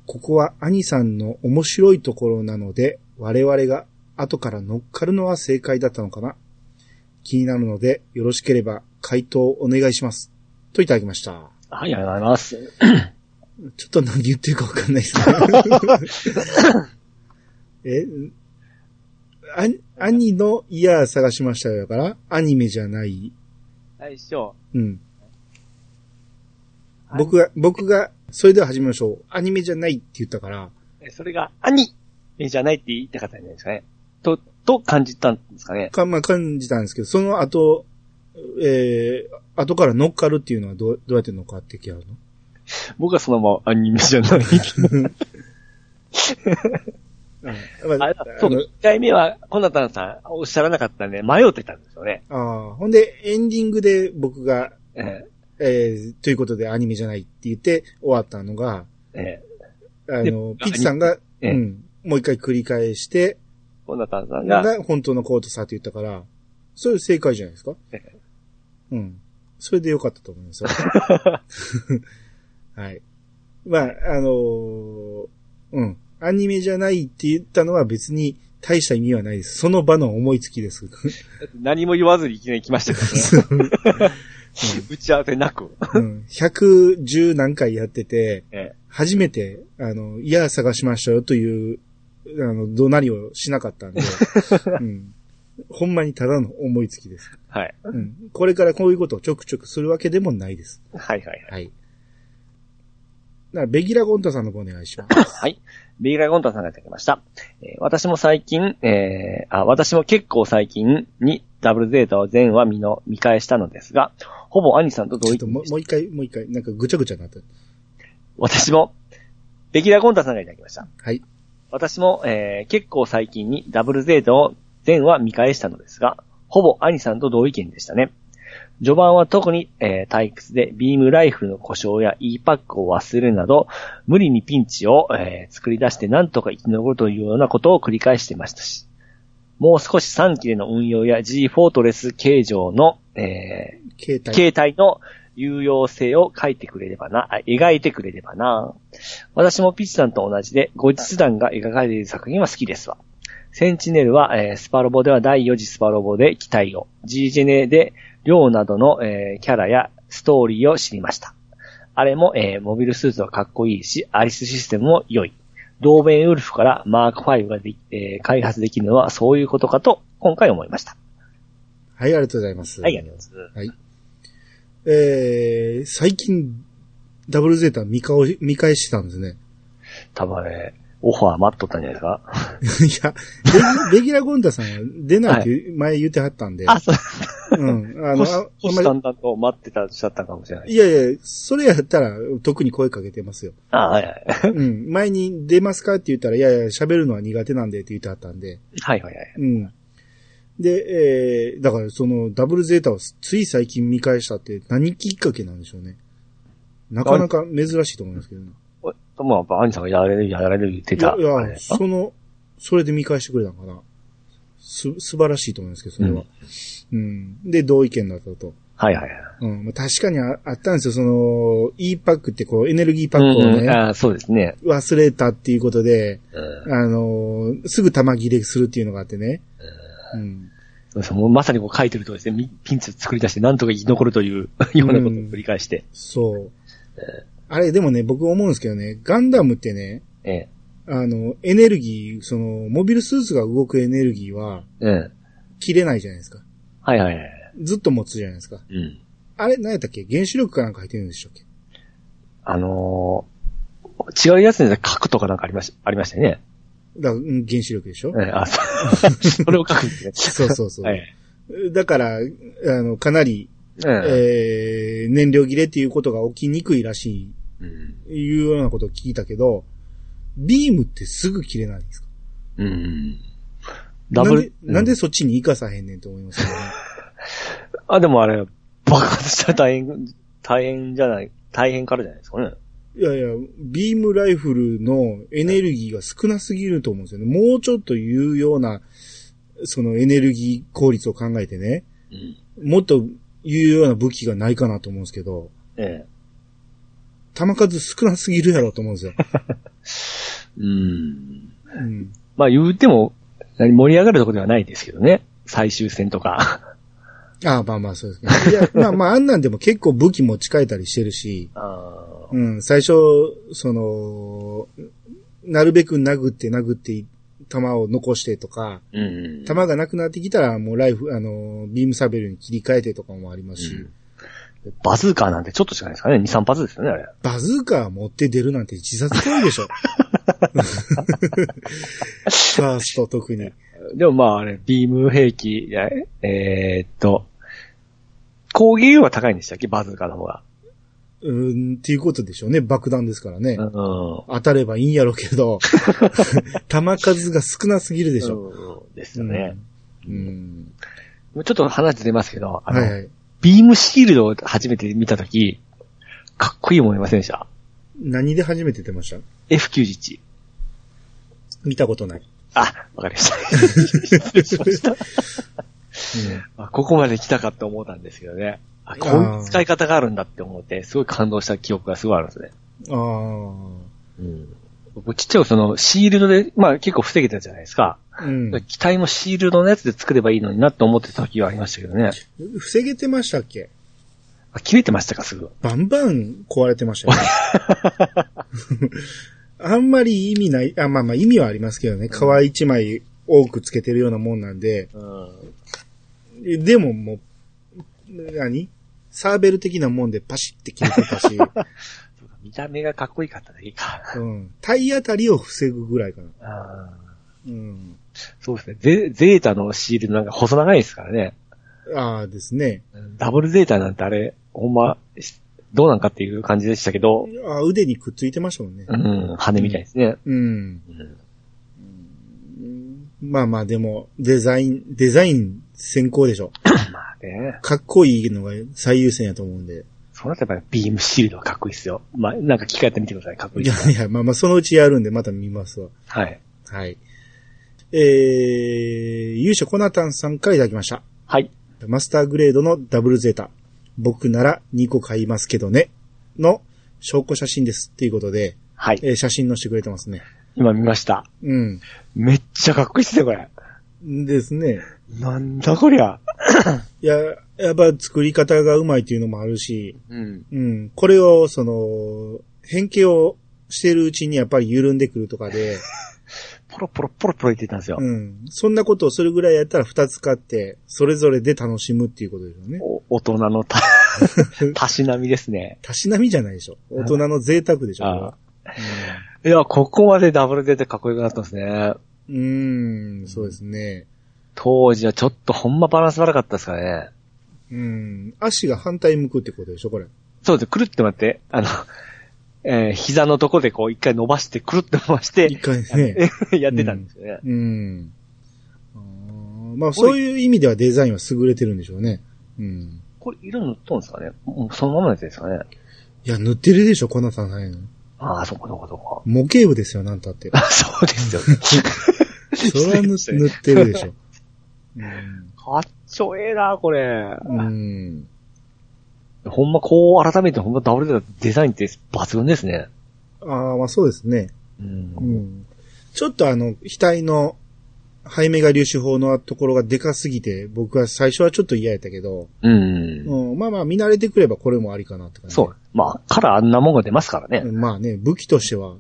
A: ここはアニさんの面白いところなので、我々が後から乗っかるのは正解だったのかな。気になるので、よろしければ回答お願いします。といただきました。
B: はい、ありがとうございます。
A: ちょっと何言ってるかわかんない ですね。えあ、兄のイヤー探しましたよ。だから、アニメじゃない。
B: 最初。
A: うん。僕が、僕が、それでは始めましょう。アニメじゃないって言ったから、
B: えそれが、兄じゃないって言いたかったんじゃないですかね。と、と感じたんですかね。
A: か、まあ、感じたんですけど、その後、えー、後から乗っかるっていうのはどう、どうやって乗っかってきはるの
B: 僕はそのままアニメ じゃない。
A: うんま
B: あ
A: あ
B: れだそうか、
A: の
B: 1回目は、コナタンさんおっしゃらなかったんで、迷ってたんですよね。
A: あーほんで、エンディングで僕が、
B: ええ
A: えーということでアニメじゃないって言って終わったのが、
B: ええ
A: あ
B: で
A: の、ピッチさんが、
B: ええ
A: うん、もう一回繰り返して、
B: コナタンさんが、
A: が本当のコートさって言ったから、それ正解じゃないですか
B: え
A: うん。それでよかったと思い ますよ。はい。まあ、あのーうん。アニメじゃないって言ったのは別に大した意味はない です。その場の思いつきです。
B: 何も言わずにいきなり来ましたからね。 打ち合わせなく。
A: うん。110何回やってて、
B: え
A: 初めて、あの、いや、探しましたよという、あの、怒鳴りをしなかったん で、うん。ほんまにただの思いつきです。
B: はい。
A: うん。これからこういうことをちょくちょくするわけでもないです。
B: はいはいはい。
A: はい。なら、ベギラゴンタさんの方お願いします。
B: はい。ビーラゴンタさんがいただきました。えー私も最近、えーあ、私も結構最近にダブルゼータを全話見の、見返したのですが、ほぼ兄さんと
A: ち
B: 同
A: ょっ
B: 一
A: ともうもう一回、もう一回、なんかぐちゃぐちゃになった。
B: 私も、ベギラゴンタさんがいただきました。
A: はい。
B: 私も、えー結構最近にダブルゼータを全話見返したのですが、ほぼ兄さんと同意見でしたね。序盤は特に、えー退屈でビームライフルの故障や E パックを忘れるなど、無理にピンチを、えー作り出して何とか生き残るというようなことを繰り返していましたし、もう少し3期での運用や G フォートレス形状の、えー
A: 携帯。
B: 携帯の有用性を書いてくれればな、あ描いてくれればな。私もピッチさんと同じで、後日談が描かれている作品は好きですわ。センチネルは、えースパロボでは第4次スパロボで期待を、G ジェネで量などの、えーキャラやストーリーを知りました。あれも、えーモビルスーツはかっこいいし、アリスシステムも良い。同弁ウルフからマーク5ができ、えー開発できるのはそういうことかと、今回思いました。
A: はい、ありがとうございます。
B: はい、ありがとうございます。
A: えー、最近、ダブルゼータ見顔見返してたんですね。
B: 多分あれ、オファー待っとったんじゃないですか
A: いや、レギレギュラーゴンダさんは出ないって前言ってはったんで。
B: あ、そう。
A: うん。あの、
B: 星
A: ああん
B: 星
A: ま
B: さんだと待ってた、しちゃったかもしれない。
A: り、いやいや、それやったら特に声かけてますよ。
B: あはいはい。
A: うん。前に出ますかって言ったら、いやいや、喋るのは苦手なんでって言ってはったんで。
B: はいはいはい。
A: うん。で、えー、だからそのダブルゼータをつい最近見返したって何きっかけなんでしょうね。なかなか珍しいと思いますけどね。
B: おとも、やっぱ、アニさんがやられる、やられる言って
A: い
B: た。
A: や、いや
B: あれですか
A: その、それで見返してくれたのかな。す、素晴らしいと思いますけど、それは。うん。で、同意見だったと。
B: はいはいはい。
A: うん。まあ、確かにああったんですよ、その、E パックってこう、エネルギーパックを
B: うんうん
A: ね、
B: あそうですね。
A: 忘れたっていうことで、
B: う
A: あのーすぐ玉切れするっていうのがあってね。うん。
B: ん。そうもうまさにこう書いてるとですね、みピンチを作り出して、なんとか生き残るというようなことを繰り返して。
A: そう。あれ、でもね、僕思うんですけどね、ガンダムってね、
B: え
A: あの、エネルギー、その、モビルスーツが動くエネルギーは、
B: え。うん。
A: 切れないじゃないですか。
B: はいはいはい。
A: ずっと持つじゃないですか。
B: うん。
A: あれ、何やったっけ原子力かなんか入ってるんでしたっけ
B: あのー、違うやつに書くとかなんかありまし、ありましたよね。
A: だうん原子力でしょ、
B: ええ、あ、そう。それを書くんですね。
A: そうそうそう。
B: はい。
A: だから、あの、かなり、え
B: え
A: ー、燃料切れっていうことが起きにくいらし
B: え。うん。
A: い、いうようなことを聞いたけど、ビームってすぐ切れないんですか
B: うん。ダブル。
A: なんで、なんでそっちに行かさへんねんと思いますよね。
B: あ、でもあれ、爆発したら大変、大変じゃない、大変からじゃないですかね。
A: いやいや、ビームライフルのエネルギーが少なすぎると思うんですよね。もうちょっと有用な、そのエネルギー効率を考えてね、
B: うん。
A: もっと有用な武器がないかなと思うんですけど、
B: ええ。
A: 弾数少なすぎるやろと思うんですよ。
B: うん。
A: うん。
B: まあ言うても、何盛り上がるとこではないですけどね。最終戦とか。
A: ああ、まあまあ、そうですね。いや、まあまあ、あんなんでも結構武器持ち替えたりしてるし、
B: あ
A: うん、最初、その、なるべく殴って殴って、弾を残してとか、
B: ーうん。
A: 弾がなくなってきたら、もうライフ、あの、ビームサベルに切り替えてとかもありますし、
B: うん バズーカーなんてちょっとしかないですかね。2、3発ですよね、あれ。
A: バズーカー持って出るなんて自殺行為でし ょ。ファースト特に。
B: でもまああれ、ビーム兵器、いやえーっと、攻撃力は高いんでしたっけバズーカーの方が。
A: うん、っていうことでしょうね。爆弾ですからね。
B: うん。
A: 当たればいいんやろうけど、弾数が少なすぎるでしょ。
B: うんですよね。
A: うん。
B: ちょっと話出ますけど、あの、
A: はいはい。
B: ビームシールドを初めて見たとき、かっこいい思いませんでした
A: 何で初めて出ました
B: ?F91。
A: 見たことない。
B: あ、わかりま した。失礼しました。あここまで来たかって思ったんですけどね。あ、こういう使い方があるんだって思って、すごい感動した記憶がすごいあるんですね。
A: うん、
B: うん。僕ちっちゃい頃その、シールドで、まあ結構防げたじゃないですか。
A: ああ。うん。
B: 機体もシールドのやつで作ればいいのになって思ってた時がありましたけどね。
A: 防げてましたっけ
B: あ切れてましたか、すぐ。
A: バンバン壊れてましたよね。あんまり意味ない、あ、まあまあ意味はありますけどね。皮一枚多くつけてるようなもんなんで、
B: うん。
A: えでももう、何サーベル的なもんでパシって切れてたし、
B: 見た目がかっこいいかっただけか。
A: うん。体当たりを防ぐぐらいかな。
B: あ
A: うん。
B: ーそうですね。ゼゼータのシールドなんか細長いですからね。
A: ああですね。
B: ダブルゼータなんてあれ、ほんま、しどうなんかっていう感じでしたけど、
A: あー腕にくっついてましたもんね
B: う。ん、羽みたいですね。
A: うん。
B: うん
A: まあまあでも、デザイン、デザイン先行でしょ。
B: まあね、
A: かっこいいのが最優先やと思うんで。
B: そうなったらやっぱりビームシールドはかっこいいですよ。まあ、なんか機会やってみてください。かっこいい
A: い
B: で
A: や
B: す。
A: いや、まあまあそのうちやるんでまた見ますわ。
B: はい。
A: はい。えー、勇者コナタンさんからいただきました。
B: はい。
A: マスターグレードのダブルゼータ。僕なら2個買いますけどね。の証拠写真です。っていうことで、
B: はい。
A: えー写真載せてくれてますね。
B: 今見ました。
A: うん。
B: めっちゃかっこいいっすね、これ。
A: ですね。
B: なんだこりゃ。
A: いや、やっぱ作り方がうまいっていうのもあるし、
B: うん。
A: うん。これを、その、変形をしてるうちにやっぱり緩んでくるとかで、
B: ポロポロポロポロ言ってたんですよ。
A: うん。そんなことをするぐらいやったら2つ買って、それぞれで楽しむっていうことですよね。
B: お大人の た、たしなみですね。
A: たしなみじゃないでしょ。大人の贅沢でしょ。これ
B: あ
A: は
B: ーいや、ここまでダブルゼータかっこよくなったんですね。
A: うん、うーんそうですね。
B: 当時はちょっとほんまバランス悪かったですからね。
A: うん。足が反対向くってことでしょ、これ。
B: そうです。くるって待って、あの、 えー膝のとこでこう一回伸ばして、くるって伸ばして
A: 一、回ね。
B: やってたんですよね。
A: うん。あーまあ、そういう意味ではデザインは優れてるんでしょうね。うん。
B: これ色塗ったんですかねもうそのままのやつですかね
A: いや、塗ってるでしょ、こんなさんないの。
B: ああ、そこどこどこ。
A: 模型部ですよ、なんたって。
B: そうですよね。
A: それは 塗
B: 失礼
A: 塗ってるでしょ。うん
B: かっちょええな、これ。
A: うん。
B: ほんまこう改めてほんまダブルゼータデザインって抜群ですね。
A: ああ、まあそうですね。
B: うん
A: うん。ちょっとあの、額の、背面が粒子法のところがでかすぎて、僕は最初はちょっと嫌やったけど、
B: うん。
A: うん、まあまあ見慣れてくればこれもありかなって感じ。
B: そう。まあ、からあんなもんが出ますからね。
A: まあね、武器として は、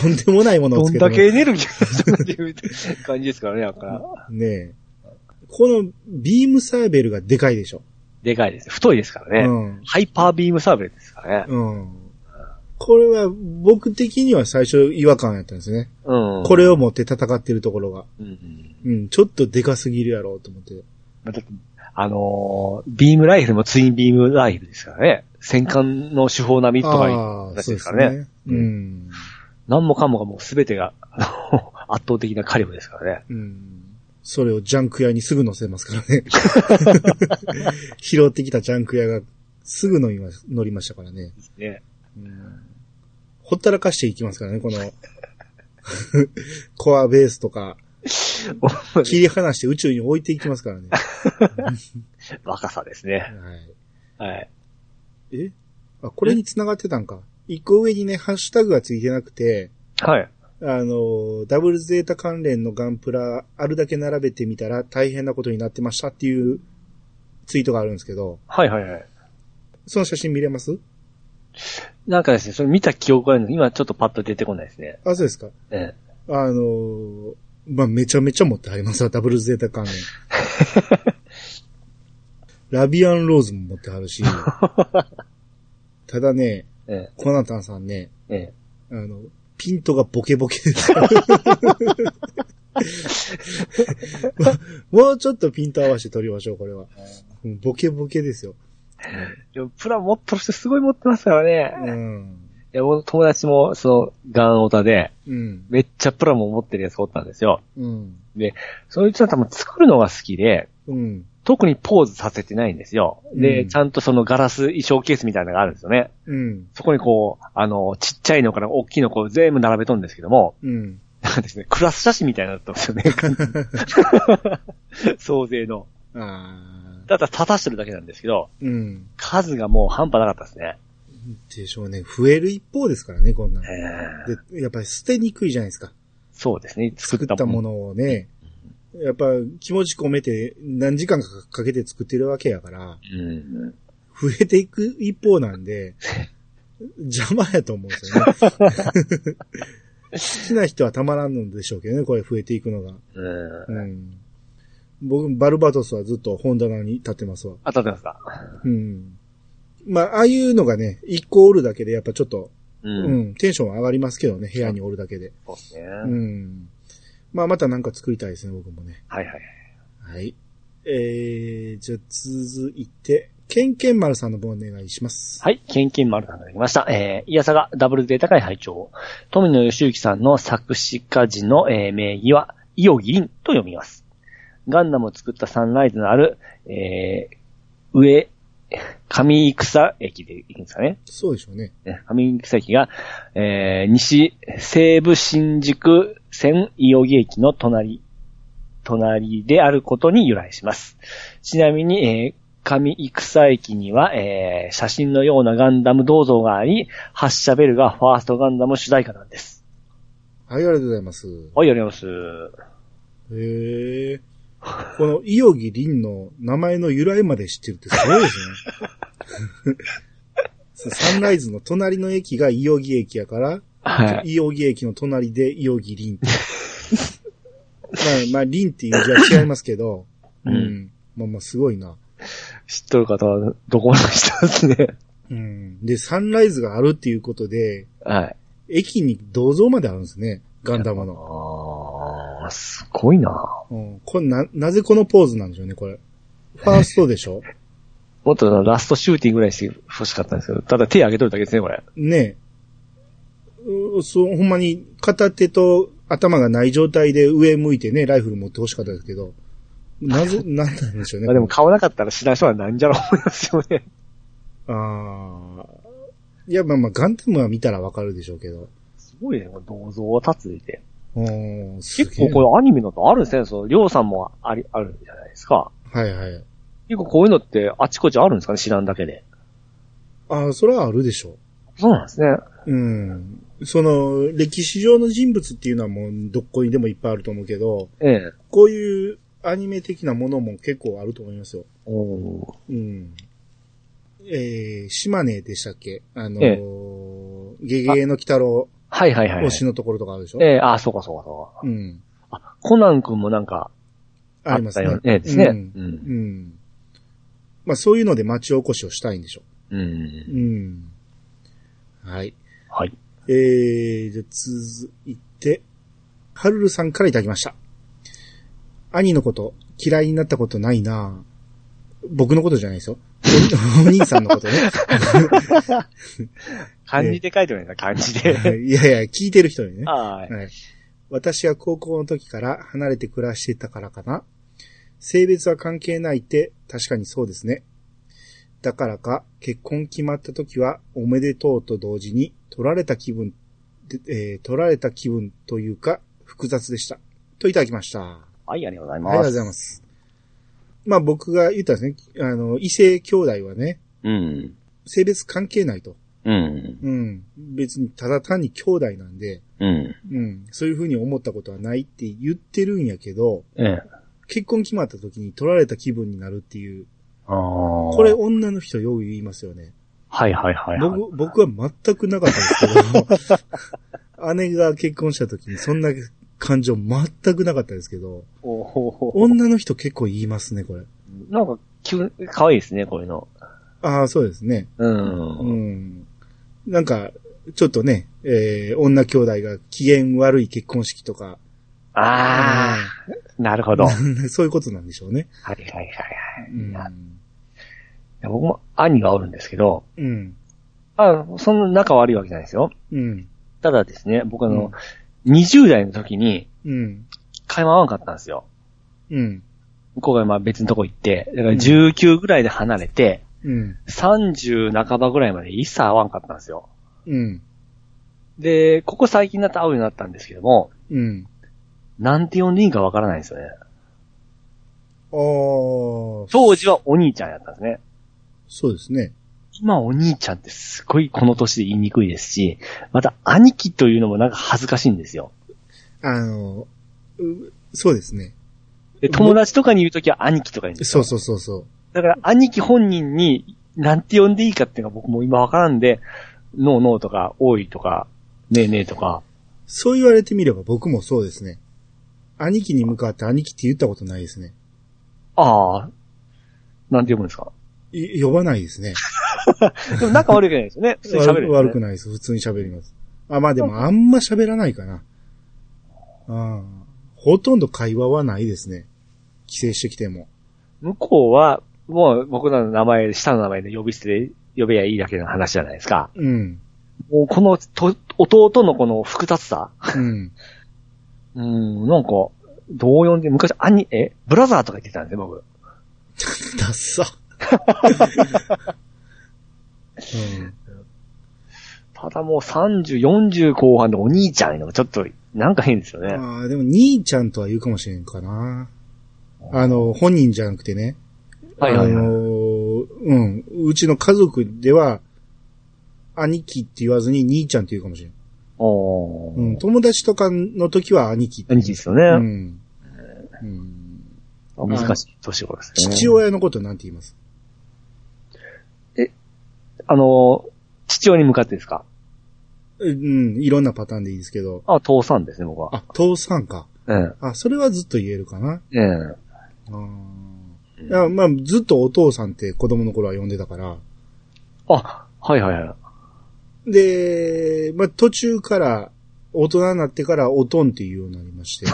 A: とんでもないものをつ
B: どん
A: けて
B: だ
A: ます
B: けエネルギーが出るっていう感じですからね、だから。
A: ねえこのビームサーベルがでかいでしょ。
B: でかいです。太いですからね。
A: うん。
B: ハイパービームサーベルですからね。
A: うん。これは僕的には最初違和感やったんですね。
B: うん。
A: これを持って戦ってるところが。
B: うんうん。
A: うん、ちょっとでかすぎるやろうと思って。
B: まあだってあのービームライフルもツインビームライフルですからね。戦艦の手法並みとかに、
A: ああ、
B: だ
A: そ
B: け
A: う
B: で
A: ですす
B: からね
A: ね。うん。
B: 何もかもがもう全てが、あの、圧倒的な火力ですからね。
A: うん。それをジャンク屋にすぐ乗せますから ね。拾ってきたジャンク屋がすぐ乗りま乗りましたからね。
B: ね。
A: ほったらかしていきますからね、この、コアベースとか、切り離して宇宙に置いていきますからね。
B: 若さですね。
A: はい、
B: はい。
A: えあ、これに繋がってたんか。一個上にね、ハッシュタグがついてなくて、
B: はい。
A: あの、ダブルゼータ関連のガンプラ、あるだけ並べてみたら大変なことになってましたっていうツイートがあるんですけど、
B: はいはいはい。
A: その写真見れます
B: なんかですね、それ見た記憶があるんですけど今ちょっとパッと出てこないですね。
A: あ、そうですか。
B: え
A: あの、まあ、めちゃめちゃ持ってありますわ、ダブルゼータ関連。ラビアンローズも持ってあるし、ただね、
B: え。え
A: コナタンさんね、
B: え。
A: あ
B: え
A: の、ピントがボケボケ です。もうちょっとピント合わせて撮りましょう、これは。うんボケボケですよ。
B: え。でもプラ持ってる人すごい持ってますから
A: う
B: ね。
A: ん。
B: いや、僕の友達も、その、ガンオタで、
A: うん。
B: めっちゃプラモ持ってるやつおったんですよ。
A: うん。
B: そいつは多分作るのが好きで、
A: うん。
B: 特にポーズさせてないんですよ。で、
A: うん
B: ちゃんとそのガラス衣装ケースみたいなのがあるんですよね。
A: うん。
B: そこにこう、あの、ちっちゃいのから大きいのこう全部並べとるんですけども、
A: うん。
B: なんかですね、クラス写真みたいになったんですよ ね。 総勢の。
A: ああ。
B: ただ立たしてるだけなんですけど、
A: うん。
B: 数がもう半端なかったですね。
A: でしょうね。増える一方ですからね、こんなん。
B: えー
A: で、やっぱり捨てにくいじゃないですか。
B: そうですね、
A: 作ったも
B: の。
A: のをね。やっぱ気持ち込めて何時間かかけて作ってるわけやから、
B: うん。
A: 増えていく一方なん で、邪魔やと思うんですよね。好きな人はたまらんのでしょうけどね、これ増えていくのが。
B: うん。
A: うん。僕、バルバトスはずっと本棚に立ってますわ。
B: あ、立ってますか
A: うん。まあ、ああいうのがね、一個おるだけでやっぱちょっと、
B: う
A: うん、。テンション上がりますけどね、部屋におるだけで。
B: そうですね。
A: うん。まあ、またなんか作りたいですね、僕もね。
B: はいはい。
A: はい。えー、じゃあ続いて、ケンケン丸さんの方お願いします。
B: はい、ケンケンマルさんがいきました。えー、イヤサがダブルで高い拝聴富野義行さんの作詞家人の、えー名義は、イオギリンと読みます。ガンダムを作ったサンライズのある、えー、上、上草駅で行くんですかね。
A: そうでしょうね。
B: ね上草駅が、えー、西、西武新宿線伊予木駅の隣、隣であることに由来します。ちなみに、えー上草駅には、えー写真のようなガンダム銅像があり、発射ベルがファーストガンダム主題歌なんです。
A: はい、ありがとうございます。
B: はい、やります。
A: へえ。この、いよぎりんの名前の由来まで知ってるってすごいです ね。サンライズの隣の駅がいよぎ駅やから、
B: はい。
A: いよぎ駅の隣でいよぎりん って。まあ、まあ、りんっていう字は違いますけど、う
B: う
A: んん。まあまあ、すごいな。
B: 知っとる方は、どこの人ですね。
A: うん。で、サンライズがあるっていうことで、
B: はい。
A: 駅に銅像まであるんですね。ガンダムの。
B: あー、すごいな
A: うん。これな、なぜこのポーズなんでしょうね、これ。ファーストでしょ
B: もっとラストシューティングぐらいして欲しかったんですけど、ただ手上げとるだけですね、これ。
A: ねえ。うそう、ほんまに片手と頭がない状態で上向いてね、ライフル持ってほしかったですけど、な ぜ、なんなんでしょうね。
B: まあでも買わなかったら知らん人はなんじゃろう思いますよね。
A: ああ。いや、まあまあ、ガンダムは見たらわかるでしょうけど。
B: すごいね、この銅像を立ついて。
A: うーん、す
B: 結
A: げえ
B: 構これアニメだとあるんですね。その、りょうさんもあり、あるじゃないですか。
A: はいはい。
B: 結構こういうのってあちこちあるんですかね、知らんだけで。
A: ああ、それはあるでしょ
B: そうなんですね。
A: う。うん。その、歴史上の人物っていうのはもう、どっこにでもいっぱいあると思うけど、
B: ええ。
A: こういうアニメ的なものも結構あると思いますよ。
B: おー
A: うん。えー、島根でしたっけあのー
B: え
A: ゲゲゲの鬼太郎
B: はいはいはい。
A: 推しのところとかあるでしょ、
B: ええ、あそうかそうかそう
A: うん。
B: か。あ、コナン君もなんか、
A: あ
B: あ
A: り
B: っ
A: ます
B: た
A: ね
B: よね。。ええですね。う
A: うん。
B: ん。
A: うん。まあそういうので町おこしをしたいんでしょ
B: うん。
A: うん。はい。
B: はい。
A: えー、じゃあ続いて、はるるさんからいただきました。兄のこと嫌いになったことないなぁ僕のことじゃないですよ。おお兄さんの ことね。
B: 漢字で書いてるんだ、漢字で。
A: いやいや、聞いてる人にね。
B: あー
A: はい。私は高校の時から離れて暮らしていたからかな。性別は関係ないって確かにそうですね。だからか、結婚決まった時はおめでとうと同時に取られた気分、でえー取られた気分というか複雑でした。といただきました。あ
B: はい、ありがとうござい
A: り
B: ます。
A: がとうございま。す。まあ僕が言ったんですね、あの、異性兄弟はね、
B: うん。
A: 性別関係ないと。
B: うん。
A: うん。別にただ単に兄弟なんで、
B: うん。
A: うん、そういうふうに思ったことはないって言ってるんやけど、
B: ええ。
A: 結婚決まった時に取られた気分になるっていう、
B: あー
A: これ、女の人よく言いますよね。
B: はいはいはいはい。
A: 僕、僕は全くなかったですけど、 姉が結婚した時にそんな感情全くなかったですけど、
B: おほほほ
A: 女の人結構言いますね、これ。
B: なんか、急、可愛いですね、こういうの。
A: ああ、そうですね。
B: う。
A: うんん。なんか、ちょっとね、えー女兄弟が機嫌悪い結婚式とか、
B: ああ、なるほど。はい
A: そういうことなんでしょうね。
B: はいはいは
A: う
B: い。い
A: ん
B: や。僕も兄がおるんですけど、
A: うん。
B: あそんな仲悪いわけじゃないですよ。
A: うん。
B: ただですね、僕あ
A: うん
B: の、20代の時に、
A: うん。
B: 会話合わんかったんですよ。
A: うん。
B: 向こうがまあ別のとこ行って、だから19ぐらいで離れて、
A: うん。
B: 30半ばぐらいまで一切会わんかったんですよ。
A: うん。
B: で、ここ最近になって会うようになったんですけども、
A: うん。
B: なんて呼んでいいんかわからないんですよね。
A: ああ、
B: 当時はお兄ちゃんやったんですね。
A: そうですね。
B: 今お兄ちゃんってすごいこの年で言いにくいですし、また兄貴というのもなんか恥ずかしいんですよ。
A: あの、うそうですね。
B: で友達とかに言うときは兄貴とか言うんです
A: そ
B: よ。
A: うそうそうそう。
B: だから兄貴本人になんて呼んでいいかっていうのが僕も今わからんで、ノーノーとか、多いとか、ねえねえとか、
A: そう言われてみれば僕もそうですね。兄貴に向かって兄貴って言ったことないですね。
B: ああ、なんて呼ぶんですか
A: い呼ばないですね。
B: でも仲悪いわけないですよね。普通に喋
A: 悪
B: る、
A: 悪くないです。普通に喋ります。あ、まあでもあんま喋らないかな。あほとんど会話はないですね。帰省してきても。
B: 向こうは、もう僕らの名前、下の名前で呼び捨てで呼べやいいだけの話じゃないですか。
A: うん。
B: もうこのと弟のこの複雑さ。
A: うん。
B: うん、なんか、同様で、昔、兄、え、ブラザーとか言ってたんですよ、僕。
A: ダッサ。うん
B: ただもう30、40後半でお兄ちゃんいうのがちょっと、なんか変ですよね。
A: ああ、でも兄ちゃんとは言うかもしれんかな。あの、本人じゃなくてね。
B: はいはい
A: あ
B: は
A: の
B: い。
A: ーうん。うちの家族では、兄貴って言わずに兄ちゃんって言うかもしれん。
B: お
A: う
B: ー
A: ん。友達とかの時は兄貴って。
B: 兄貴ですよ
A: う
B: ね。
A: ん。うん
B: 難しい年頃ですね。
A: 父親のことなんて言います
B: あの、父親に向かってですか
A: うん、いろんなパターンでいいですけど。
B: あ、父さんですね、僕は。
A: あ、父さんか。
B: え
A: あ、それはずっと言えるかな。
B: え。ええ。
A: あーいやまあ、ずっとお父さんって子供の頃は呼んでたから。
B: あ、はいはいはい。
A: で、まあ、途中から、大人になってから、おとんっていうようになりまして。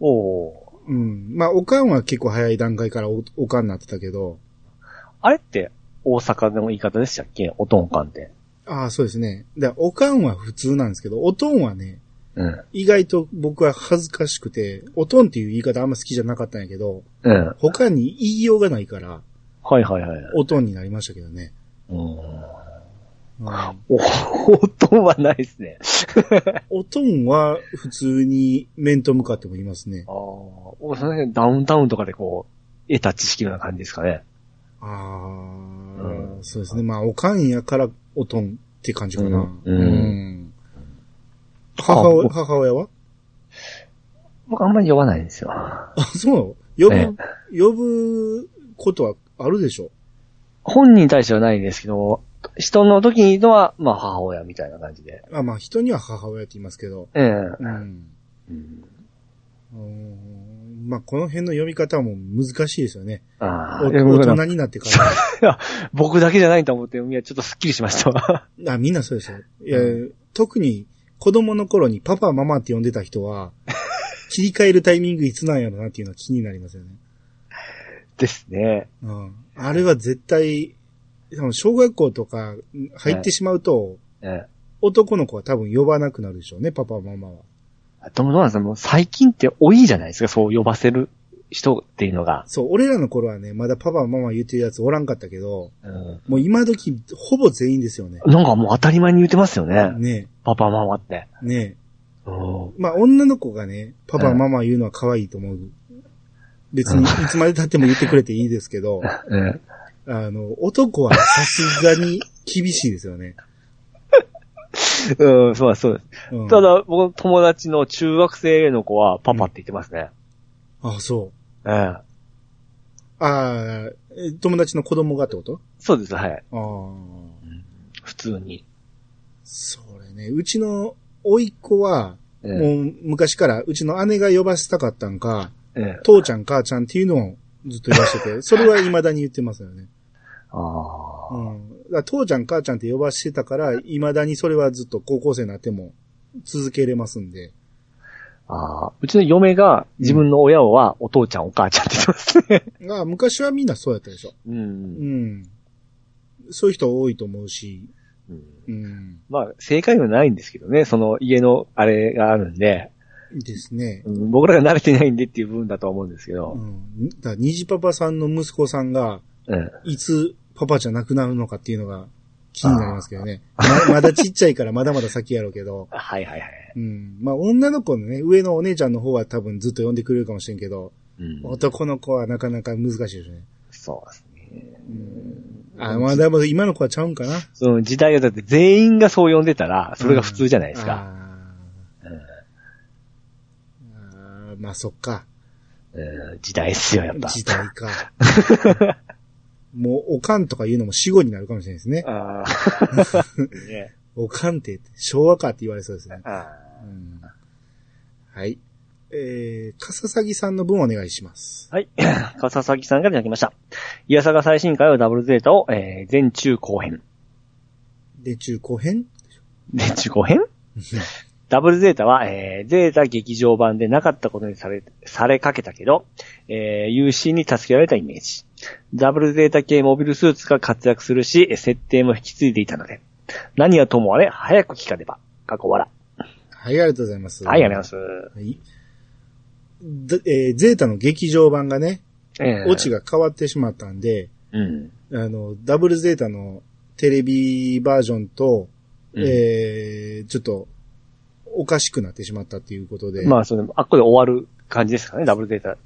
B: おお
A: うん。まあ、おかんは結構早い段階からお、おかんになってたけど、
B: ー。あれって、大阪の言い方でしたっけおとんかんって。
A: ああ、そうですね。で、おかんは普通なんですけど、おとんはね、
B: うん。
A: 意外と僕は恥ずかしくて、おとんっていう言い方あんま好きじゃなかったんやけど、
B: うん。
A: 他に言いようがないから、
B: はいはいはい。
A: おとんになりましたけどね。
B: うん
A: うん
B: お、おとんはないですね。
A: おとんは普通に面と向かっても言いますね
B: あ。あ、僕その辺ダウンタウンとかでこう、得た知識のような感じですかね。
A: ああ、
B: う
A: そうですね。まあ、おかんやからおとんって感じかな。
B: うん
A: ん母親、母親は
B: 僕あんまり呼ばないんですよ。
A: あ、そう呼ぶ、
B: え
A: 呼ぶことはあるでしょ
B: 本人に対してはないんですけど、人の時にのは、まあ母親みたいな感じで。
A: あまあ、人には母親って言いますけど。
B: ええ。
A: うん。
B: うん
A: うんまあ、この辺の読み方も難しいですよね。
B: あ
A: お
B: あ、
A: 大
B: いや僕なんか
A: 人になってから。
B: 僕だけじゃないと思って、いや、ちょっとスッキリしまし たわ。
A: あ、みんなそうですよ。いや、特に子供の頃にパパ、ママって呼んでた人は、切り替えるタイミングいつなんやろなっていうのは気になりますよね。
B: ですね。
A: うん。あれは絶対、多分小学校とか入ってしまうと、
B: ええ。
A: 男の子は多分呼ばなくなるでしょうね、パパ、ママは。
B: でもどうなんですかもう最近って多いじゃないですか、そう呼ばせる人っていうのが。
A: そう、俺らの頃はね、まだパパ、ママ言ってるやつおらんかったけど、
B: うん、
A: もう今時、ほぼ全員ですよね。
B: なんかもう当たり前に言ってますよね。
A: ね
B: パパママって。
A: え、ね
B: うん
A: え。まあ、女の子がね、パパ、
B: うん
A: ママ言うのは可愛いと思う。別に、いつまで経っても言ってくれていいですけ ど、
B: え
A: あの、男はさすがに厳しいですよね。
B: えうん、そうですそうです。
A: うん
B: た。だ、僕の友達の中学生の子はパパって言ってますね。
A: あ、そ
B: ええ
A: う。ああ、え友達の子供がってこと
B: そうです、はい。
A: ああ、
B: 普通に。
A: それね。うちの、甥いっ子は、
B: え
A: もう昔から、うちの姉が呼ばせたかったんか、
B: えええ
A: 父ちゃん、母ちゃんっていうのをずっと言わせ てて、それは未だに言ってますよね。
B: あ
A: う
B: あ。
A: ん。だから父ちゃん、母ちゃんって呼ばせてたから、未だにそれはずっと高校生になっても続けれますんで。
B: ああ。うちの嫁が自分の親はお父ちゃん、お母ちゃんって言ってますね。
A: が、昔はみんなそうやったでしょ。
B: う。
A: うんん。そういう人多いと思うし、
B: うん
A: うん。
B: まあ、正解はないんですけどね。その家のあれがあるんで。
A: ですね。
B: うん僕らが慣れてないんでっていう部分だとは思うんですけ
A: う
B: ど。
A: ん。だから、虹パパさんの息子さんが、
B: うん。
A: いつパパじゃなくなるのかっていうのが気になりますけどね。ままだちっちゃいからまだまだ先やろうけど。
B: はいはいはい。
A: うん。まあ女の子のね、上のお姉ちゃんの方は多分ずっと呼んでくれるかもしれんけど、
B: うん、
A: 男の子はなかなか難しいですね。
B: そうですね。
A: あ、まあでも今の子はちゃうんかな。
B: その時代がだって全員がそう呼んでたら、それが普通じゃないですか。
A: あ
B: うん
A: ーあーまあそっか。
B: うん時代っすよ、やっぱ。
A: 時代か。もう、おかんとか言うのも死後になるかもしれないですね。
B: あー ね
A: おかんって、昭和かって言われそうですね。
B: あ
A: うんはい。えー、笠さぎさんの分お願いします。
B: ーはい。 笠崎さんからいただきました。イヤサガ最新回はダブルゼータを、えー、全中後編。
A: で、中後編
B: 全中 後編ダブルゼータは、えー、ゼータ劇場版でなかったことにされ、されかけたけど、えー、友人に助けられたイメージ。ダブルゼータ系モビルスーツが活躍するし、えー設定も引き継いでいたので、何はともあれ、早く聞かねば。過去笑。
A: はい、ありがとうございます。
B: はい、ありがとう
A: はい。だえーゼータの劇場版がね、
B: ございます。
A: オチ
B: が。
A: が変わってしまったんで、
B: うん。
A: あの、ダブルゼータのテレビバージョンと、
B: うん
A: えーちょっと、おかしくなってしまったっていうことで、
B: まあ、その、あっこで終わる感じですかね、ダブルゼータ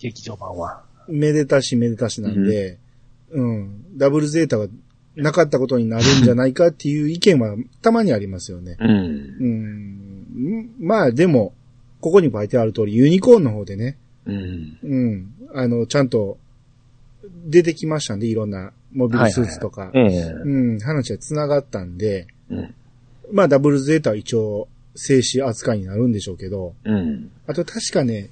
B: 劇場版は。
A: めでたしめでたしなんで、うん、ダブルゼータがなかったことになるんじゃないかっていう意見はたまにありますよね。
B: うん。
A: うん、まあでも、ここに書いてある通り、ユニコーンの方でね、
B: うん。
A: うん、あの、ちゃんと出てきましたんで、いろんなモビルスーツとか、
B: ええ
A: うん、話は繋がったんで、
B: うん。
A: まあダブルゼータは一応、静止扱いになるんでしょうけど、
B: うん。
A: あと確かね、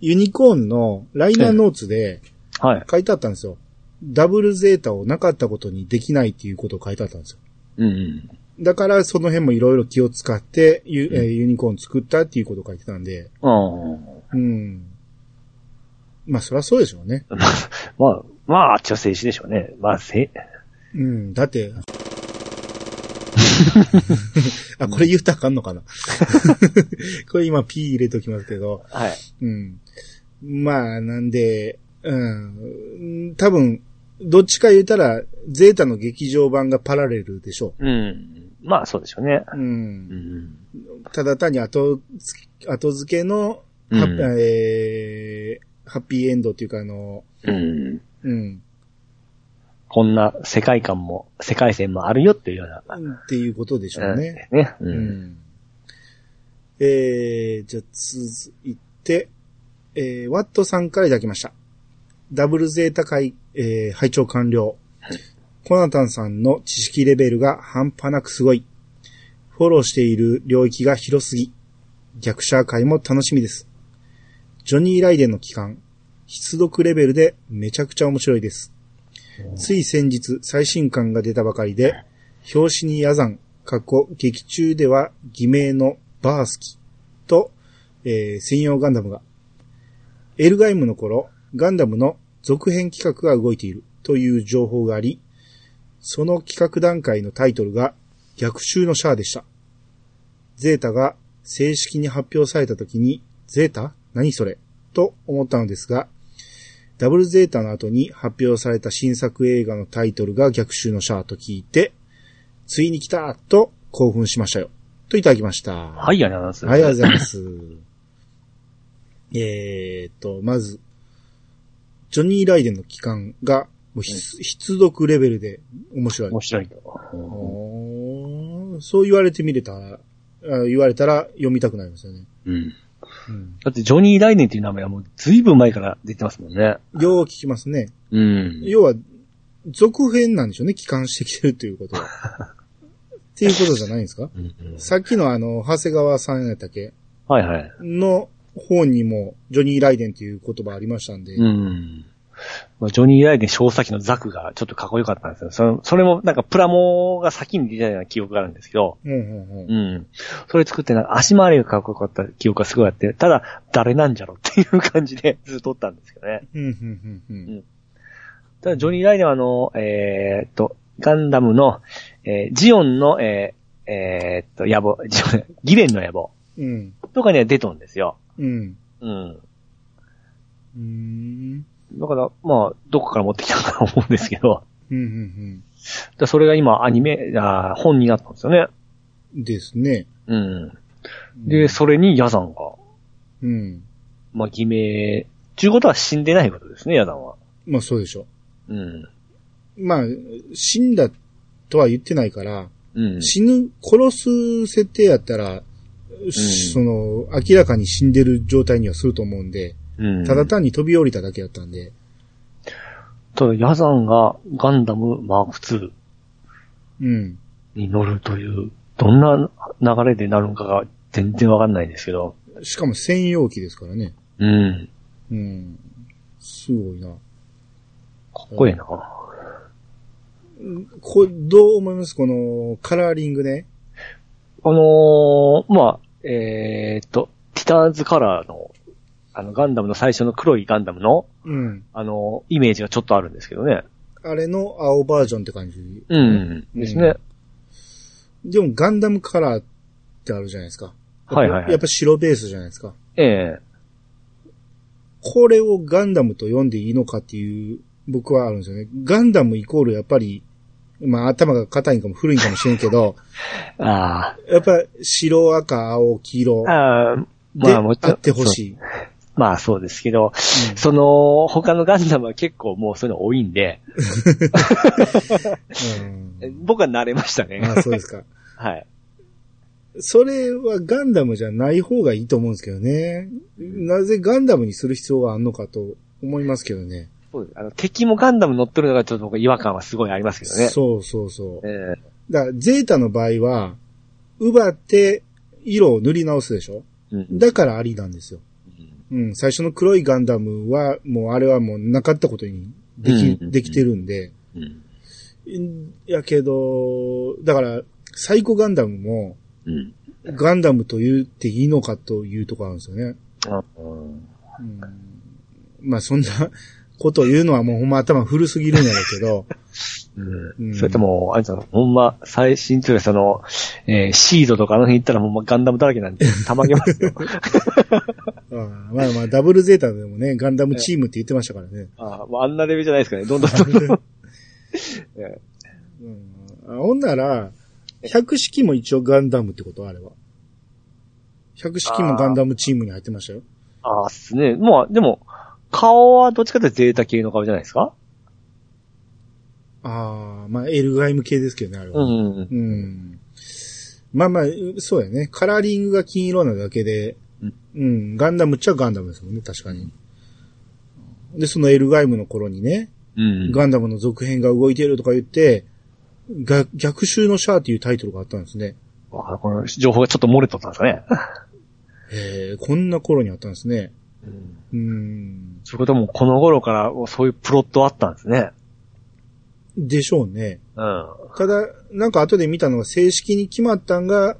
A: ユニコーンのライナーノーツで
B: はい。
A: 書いてあったんですよ。ダブルゼータをなかったことにできないっていうことを書いてあったんですよ。
B: うん。
A: だからその辺もいろいろ気を使ってユ,、えー
B: うん
A: ユニコーン作ったっていうことを書いてたんで、
B: うん。
A: うん。まあそりゃそうでしょうね。
B: まあ、まあ、あっちは静止でしょうね。まあ、せ、
A: うん、だって、あ、これ言うたらあかんのかな これ今 P 入れときますけど、
B: はい。
A: うん。まあ、なんで、うん、多分、どっちか言うたら、ゼータの劇場版がパラレルでしょ
B: うん。まあ、そうでしょうね。
A: う。うん
B: う。ん。
A: ただ単に後付け、後付けの、
B: うん
A: ハッえーハッピーエンドっていうかあの、
B: うん。
A: うん、
B: こんな世界観も、世界線もあるよっていうような。
A: っていうことでしょうね。
B: うん。ね。う。
A: うんん。えー、じゃあ続いて、えー、ワットさんからいただきました。ダブルゼータ会、えー、拝聴完了。コナタンさんの知識レベルが半端なくすごい。フォローしている領域が広すぎ。逆シャー会も楽しみです。ジョニー・ライデンの期間、出読レベルでめちゃくちゃ面白いです。つい先日、最新刊が出たばかりで、表紙にヤザン、過去、劇中では偽名のバースキと、えー専用ガンダムが、エルガイムの頃、ガンダムの続編企画が動いているという情報があり、その企画段階のタイトルが逆襲のシャアでした。ゼータが正式に発表された時に、ゼータ何それと思ったのですが、ダブルゼータの後に発表された新作映画のタイトルが逆襲のシャアと聞いて、ついに来たと興奮しましたよ。といただきました。は
B: はい、ありがとうございます。
A: はい、ありがとうございます。 えーっと、まず、ジョニー・ライデンの期間が、もう必必読レベルで面白い。
B: 面白いと。
A: おーそう言われてみれたら、あ言われたら読みたくなりますよね。
B: うん。
A: うん
B: だって、ジョニー・ライネンっていう名前はもう、ずいぶん前から出てますもんね。
A: よう聞きますね。
B: うん。
A: 要は、続編なんでしょうね。帰還してきてるっていうことは。 っていうことじゃないんですか
B: うん
A: さっきのあの、長谷川さんやったっけ
B: はいはい。
A: の方にも、ジョニー・ライデンっていう言葉ありましたんで。
B: うん。まあ、ジョニー・ライデン小作のザクがちょっとかっこよかったんですよ。そのそれもなんかプラモが先に出たような記憶があるんですけど、
A: うんうんうん
B: うん。それ作ってなんか足回りがかっこよかった記憶がすごいあって、ただ誰なんじゃろっていう感じで ずっとおったんですけどね。
A: うんうんうんうん
B: ただジョニー・ライデンはあの、えーっと、ガンダムの、えージオンの、えーえーっと、野望、ジオン、ギレンの野望
A: うん。
B: とかには出とんですよ。
A: うん。
B: うん。
A: うん。
B: だから、まあ、どこから持ってきたのかなと思うんですけど、
A: うんうん
B: だからそれが今アニメ、あー本になったんですよね。
A: うん。ですね。
B: うん。で、それにヤザンが、
A: うん。
B: まあ、偽名、ちゅうことは死んでないことですね、ヤザンは。
A: まあそうでしょ
B: うん。
A: う。まあ、死んだとは言ってないから、
B: うん。
A: 死ぬ、殺す設定やったら、その、明らかに死んでる状態にはすると思うんで、
B: うん
A: ただ単に飛び降りただけやったんで、
B: ただ、ヤザンがガンダムマーク2
A: うん。
B: に乗るという、どんな流れでなるのかが全然わかんないですけど。
A: しかも専用機ですからね。
B: うん。
A: うん。すごいな。
B: かっこいいな。
A: こどう思いますこの、カラーリングね。
B: あのー、まあ、えーっと、ティターンズカラーの、あの、ガンダムの最初の黒いガンダムの、
A: うん。
B: あのーイメージがちょっとあるんですけどね。
A: あれの青バージョンって感じ。
B: うん。ですね。
A: でもガンダムカラーってあるじゃないですか。
B: はいはいはい
A: やっぱ白ベースじゃないですか。
B: ええ
A: これをガンダムと読んでいいのかっていう、僕はあるんですよね。ガンダムイコールやっぱり、まあ頭が硬いんかも古いんかもしれんけ ど、
B: あ
A: やっぱ白、赤、青、黄色
B: あ。ああ、
A: で
B: まあ
A: あ
B: もちろん。
A: ってほしい。
B: そうまあそうですけど、
A: うん
B: その、他のガンダムは結構もうそういうの多いんで、
A: うん
B: 僕は慣れましたね。
A: あそうですか。
B: はい。
A: それはガンダムじゃない方がいいと思うんですけどね。なぜガンダムにする必要があるのかと思いますけどね。
B: そうですあの敵もガンダム乗ってるのがちょっと僕違和感はすごいありますけどね。
A: そうそうそう
B: え。え
A: だから、ゼータの場合は、奪って色を塗り直すでしょ
B: うん
A: だからありなんですよ。うん、最初の黒いガンダムは、もうあれはもうなかったことにでき、
B: うん
A: できてるんで。
B: うん
A: んやけど、だから、サイコガンダムも、
B: うん
A: ガンダムと言っていいのかというところあるんですよね。
B: あうん
A: うん、まあそんなことを言うのはもうほんま頭古すぎるんやろうけど、 う
B: う
A: んん
B: それとも、あれじゃん、ほんま、最新というかその、えーシードとかあの辺行ったらほんまガンダムだらけなんで、たまげますよ。
A: ああまあまあダブルゼータでもね、ガンダムチームって言ってましたからね。
B: あもうあんなレベルじゃないですかね。どんどんどんどん。え
A: うん、あほんなら、百式も一応ガンダムってことあれは。百式もガンダムチームに入ってましたよ。
B: ああ、っすね。まあ、でも、顔はどっちかというとゼータ系の顔じゃないですか
A: ああ、まあエルガイム系ですけどね、あれ
B: う
A: は。
B: ん。
A: うん。まあまあ、うそうやね。カラーリングが金色なだけで、
B: う
A: うんん、ガンダムっちゃガンダムですもんね、確かに。で、そのエルガイムの頃にね、
B: うん。
A: ガンダムの続編が動いてるとか言って、が逆襲のシャアっていうタイトルがあったんですね。
B: あこの情報がちょっと漏れとったんですかね。
A: へえ、こんな頃にあったんですね。
B: うん。
A: うん。
B: そういうことはもうこの頃からそういうプロットあったんですね。
A: でしょうね。
B: うん。
A: ただ、なんか後で見たのが正式に決まったんが、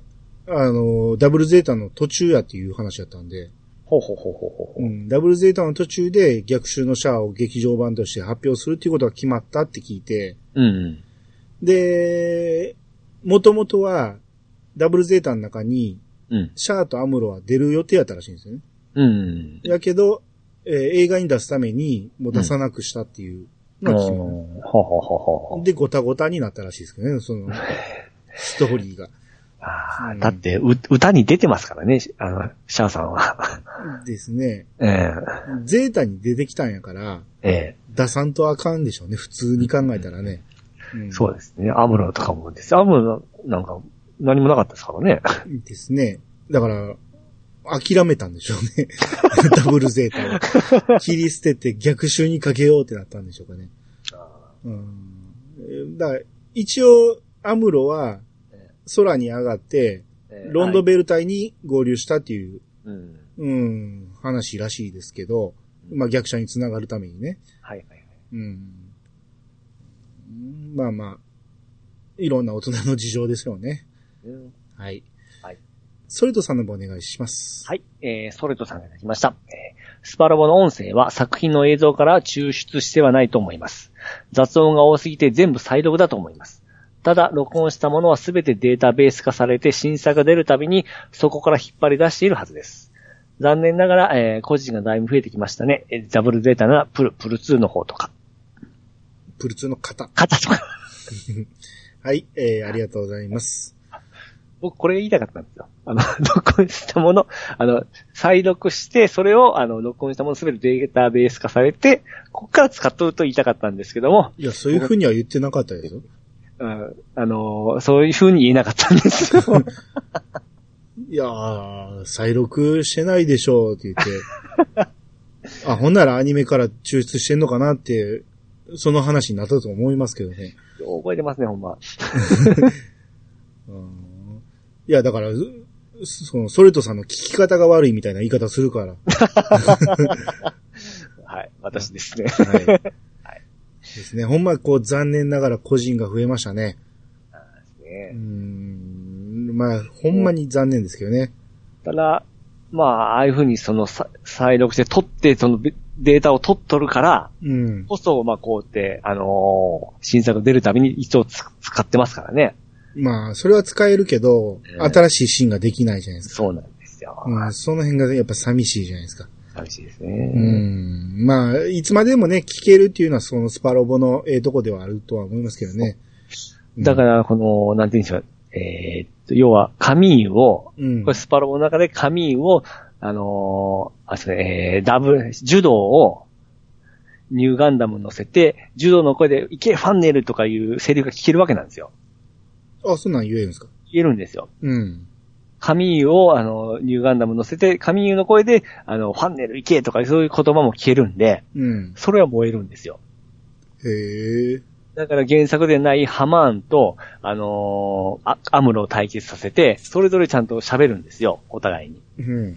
A: あの、ダブルゼータの途中やっていう話やったんで、
B: ほうほうほうほうほう
A: う
B: ほ
A: ん、ダブルゼータの途中で逆襲のシャアを劇場版として発表するっていうことが決まったって聞いて、
B: う。うん。
A: で、元々は、ダブルゼータの中に、
B: うん。
A: シャアとアムロは出る予定やったらしいんですよね。
B: うん。
A: やけど、えー映画に出すために、もう出さなくしたっていう
B: うん。
A: のが決まった
B: ほうほうほうほうほう。
A: で、ごたごたになったらしいですけどね、そ の、ストーリーが。
B: ああ
A: うん
B: だって、う、歌に出てますからね、あの、シャアさんは。
A: ですね。
B: ええ
A: ゼータに出てきたんやから、
B: ええ
A: 出さんとあかんでしょうね、普通に考えたらね。うん
B: そうですね。アムロとかもです。アムロなんか、何もなかったですからね。
A: ですね。だから、諦めたんでしょうね。 ダブルゼータを。切り捨てて逆襲にかけようってなったんでしょうかね。うん。だから、一応、アムロは
B: ええ、
A: 空に上がって、ロンドベル隊に合流したっていう、
B: うん。
A: うん、話らしいですけど、まあ逆者につながるためにね。
B: はいはいはい。
A: うん。うんまあまあ、いろんな大人の事情ですよね。
B: うん
A: はい。
B: はい。
A: ソリトさんの方お願いします。
B: はい、えー、ソレトさんがいただきました。えースパロボの音声は作品の映像から抽出してはないと思います。雑音が多すぎて全部再録だと思います。ただ、録音したものはすべてデータベース化されて審査が出るたびにそこから引っ張り出しているはずです。残念ながら、えー個人がだいぶ増えてきましたね。えーダブルデータならプル、プル2の方とか。
A: プルツーの方。
B: 方とか。
A: はい、えー、ありがとうございます。
B: 僕これ言いたかったんですよ。あの、 録音したもの、あの、再録して、それを、あの、録音したものすべてデータベース化されて、ここから使っとると言いたかったんですけども、
A: いや、そういうふうには言ってなかったですよ。
B: うん、あの、そういう風に言えなかった んですよ。
A: いやー、再録してないでし ょうって言って。あ、ほんならアニメから抽出してんのかなってその話になったと思いますけどね。
B: よう覚えてますね、ほんま。
A: うんいや、だから、うその、ソレトさんの聞き方が悪いみたいな言い方するから。
B: はい、私ですね。
A: はい。ですね。ほんま、こう、残念ながら個人が増えましたね。うー
B: ね
A: ん。まあ、ほんまに残念ですけどね。
B: ただ、まあ、ああいうふうにそのさ再録して取って、そのべデータを取っとるから、
A: うん。
B: こそ、まあ、こうやって、あのー新作出るたびに一応つ使ってますからね。
A: まあ、それは使えるけど、
B: ええ
A: 新しいシーンができないじゃないですか。
B: そうなんですよ。
A: うん、その辺がやっぱ寂しいじゃないですか。
B: 寂しいです
A: う
B: ね。
A: ん。まあ、いつまでもね、聞けるっていうのはそのスパロボのええとこではあるとは思いますけどね。
B: だから、この、なんて言うんでしょう。えーっと、要は、カミーンを、
A: うん、
B: これスパロボの中でカミーンを、あのーあ、そうね、えーダブ、柔道を、ニューガンダムに乗せて、柔道の声で、いけ、ファンネルとかいうセリフが聞けるわけなんですよ。
A: あ、そんなん言えるんですか
B: 言えるんですよ。
A: うん。
B: カミーユを、あの、ニューガンダムに乗せて、カミーユの声で、あの、ファンネル行けとか、そういう言葉も消えるんで、
A: うん。
B: それは燃えるんですよ。
A: へえ。
B: だから原作でないハマーンと、あのーあアムロを対決させて、それぞれちゃんと喋るんですよ、お互いに。
A: うん。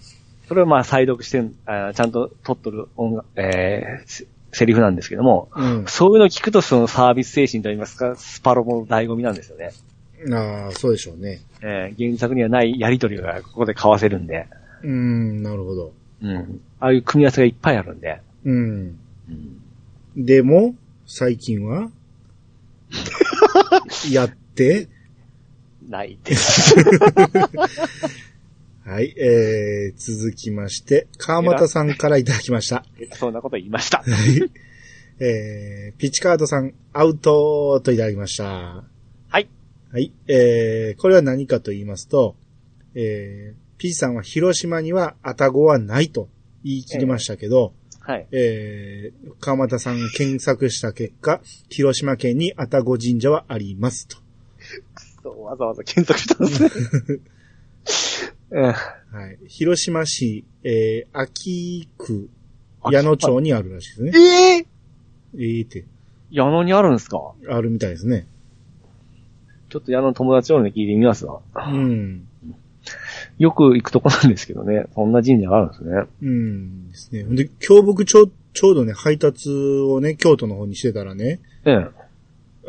B: それをまあ、再読してんあーちゃんと撮っとる音楽、えーせセリフなんですけども、
A: うん。
B: そういうのを聞くとそのサービス精神といいますか、スパロボの醍醐味なんですよね。
A: ああ、そうでしょうね。
B: えー原作にはないやりとりがここで交わせるんで、
A: うん、なるほど。
B: うん。ああいう組み合わせがいっぱいあるんで、
A: うん。
B: うん
A: でも、最近 はやって、
B: ないです。
A: はい、えー、続きまして、川又さんからいただきました。
B: そんなこと言いました。
A: えー、ピッチカードさん、アウトといただきました。
B: はい。
A: はい。えー、これは何かと言いますと、えー、ピーさんは広島にはアタゴはないと言い切りましたけど、
B: はい。
A: えー、川又さんが検索した結果、広島県にアタゴ神社はありますと。
B: そうわざわざ検索したんです。うん
A: はい。広島市、えー、秋区、
B: あ
A: 矢野町にあるらしいですね。
B: ええ
A: えーって、
B: 矢野にあるんですか
A: あるみたいですね。
B: ちょっと矢野の友達をね、聞いてみますわ。
A: うん。
B: よく行くとこなんですけどね。そんな神社があるんですね。
A: うん。ですね。ほんで、今日僕ちょ、ちょうどね、配達をね、京都の方にしてたらね、
B: ええ。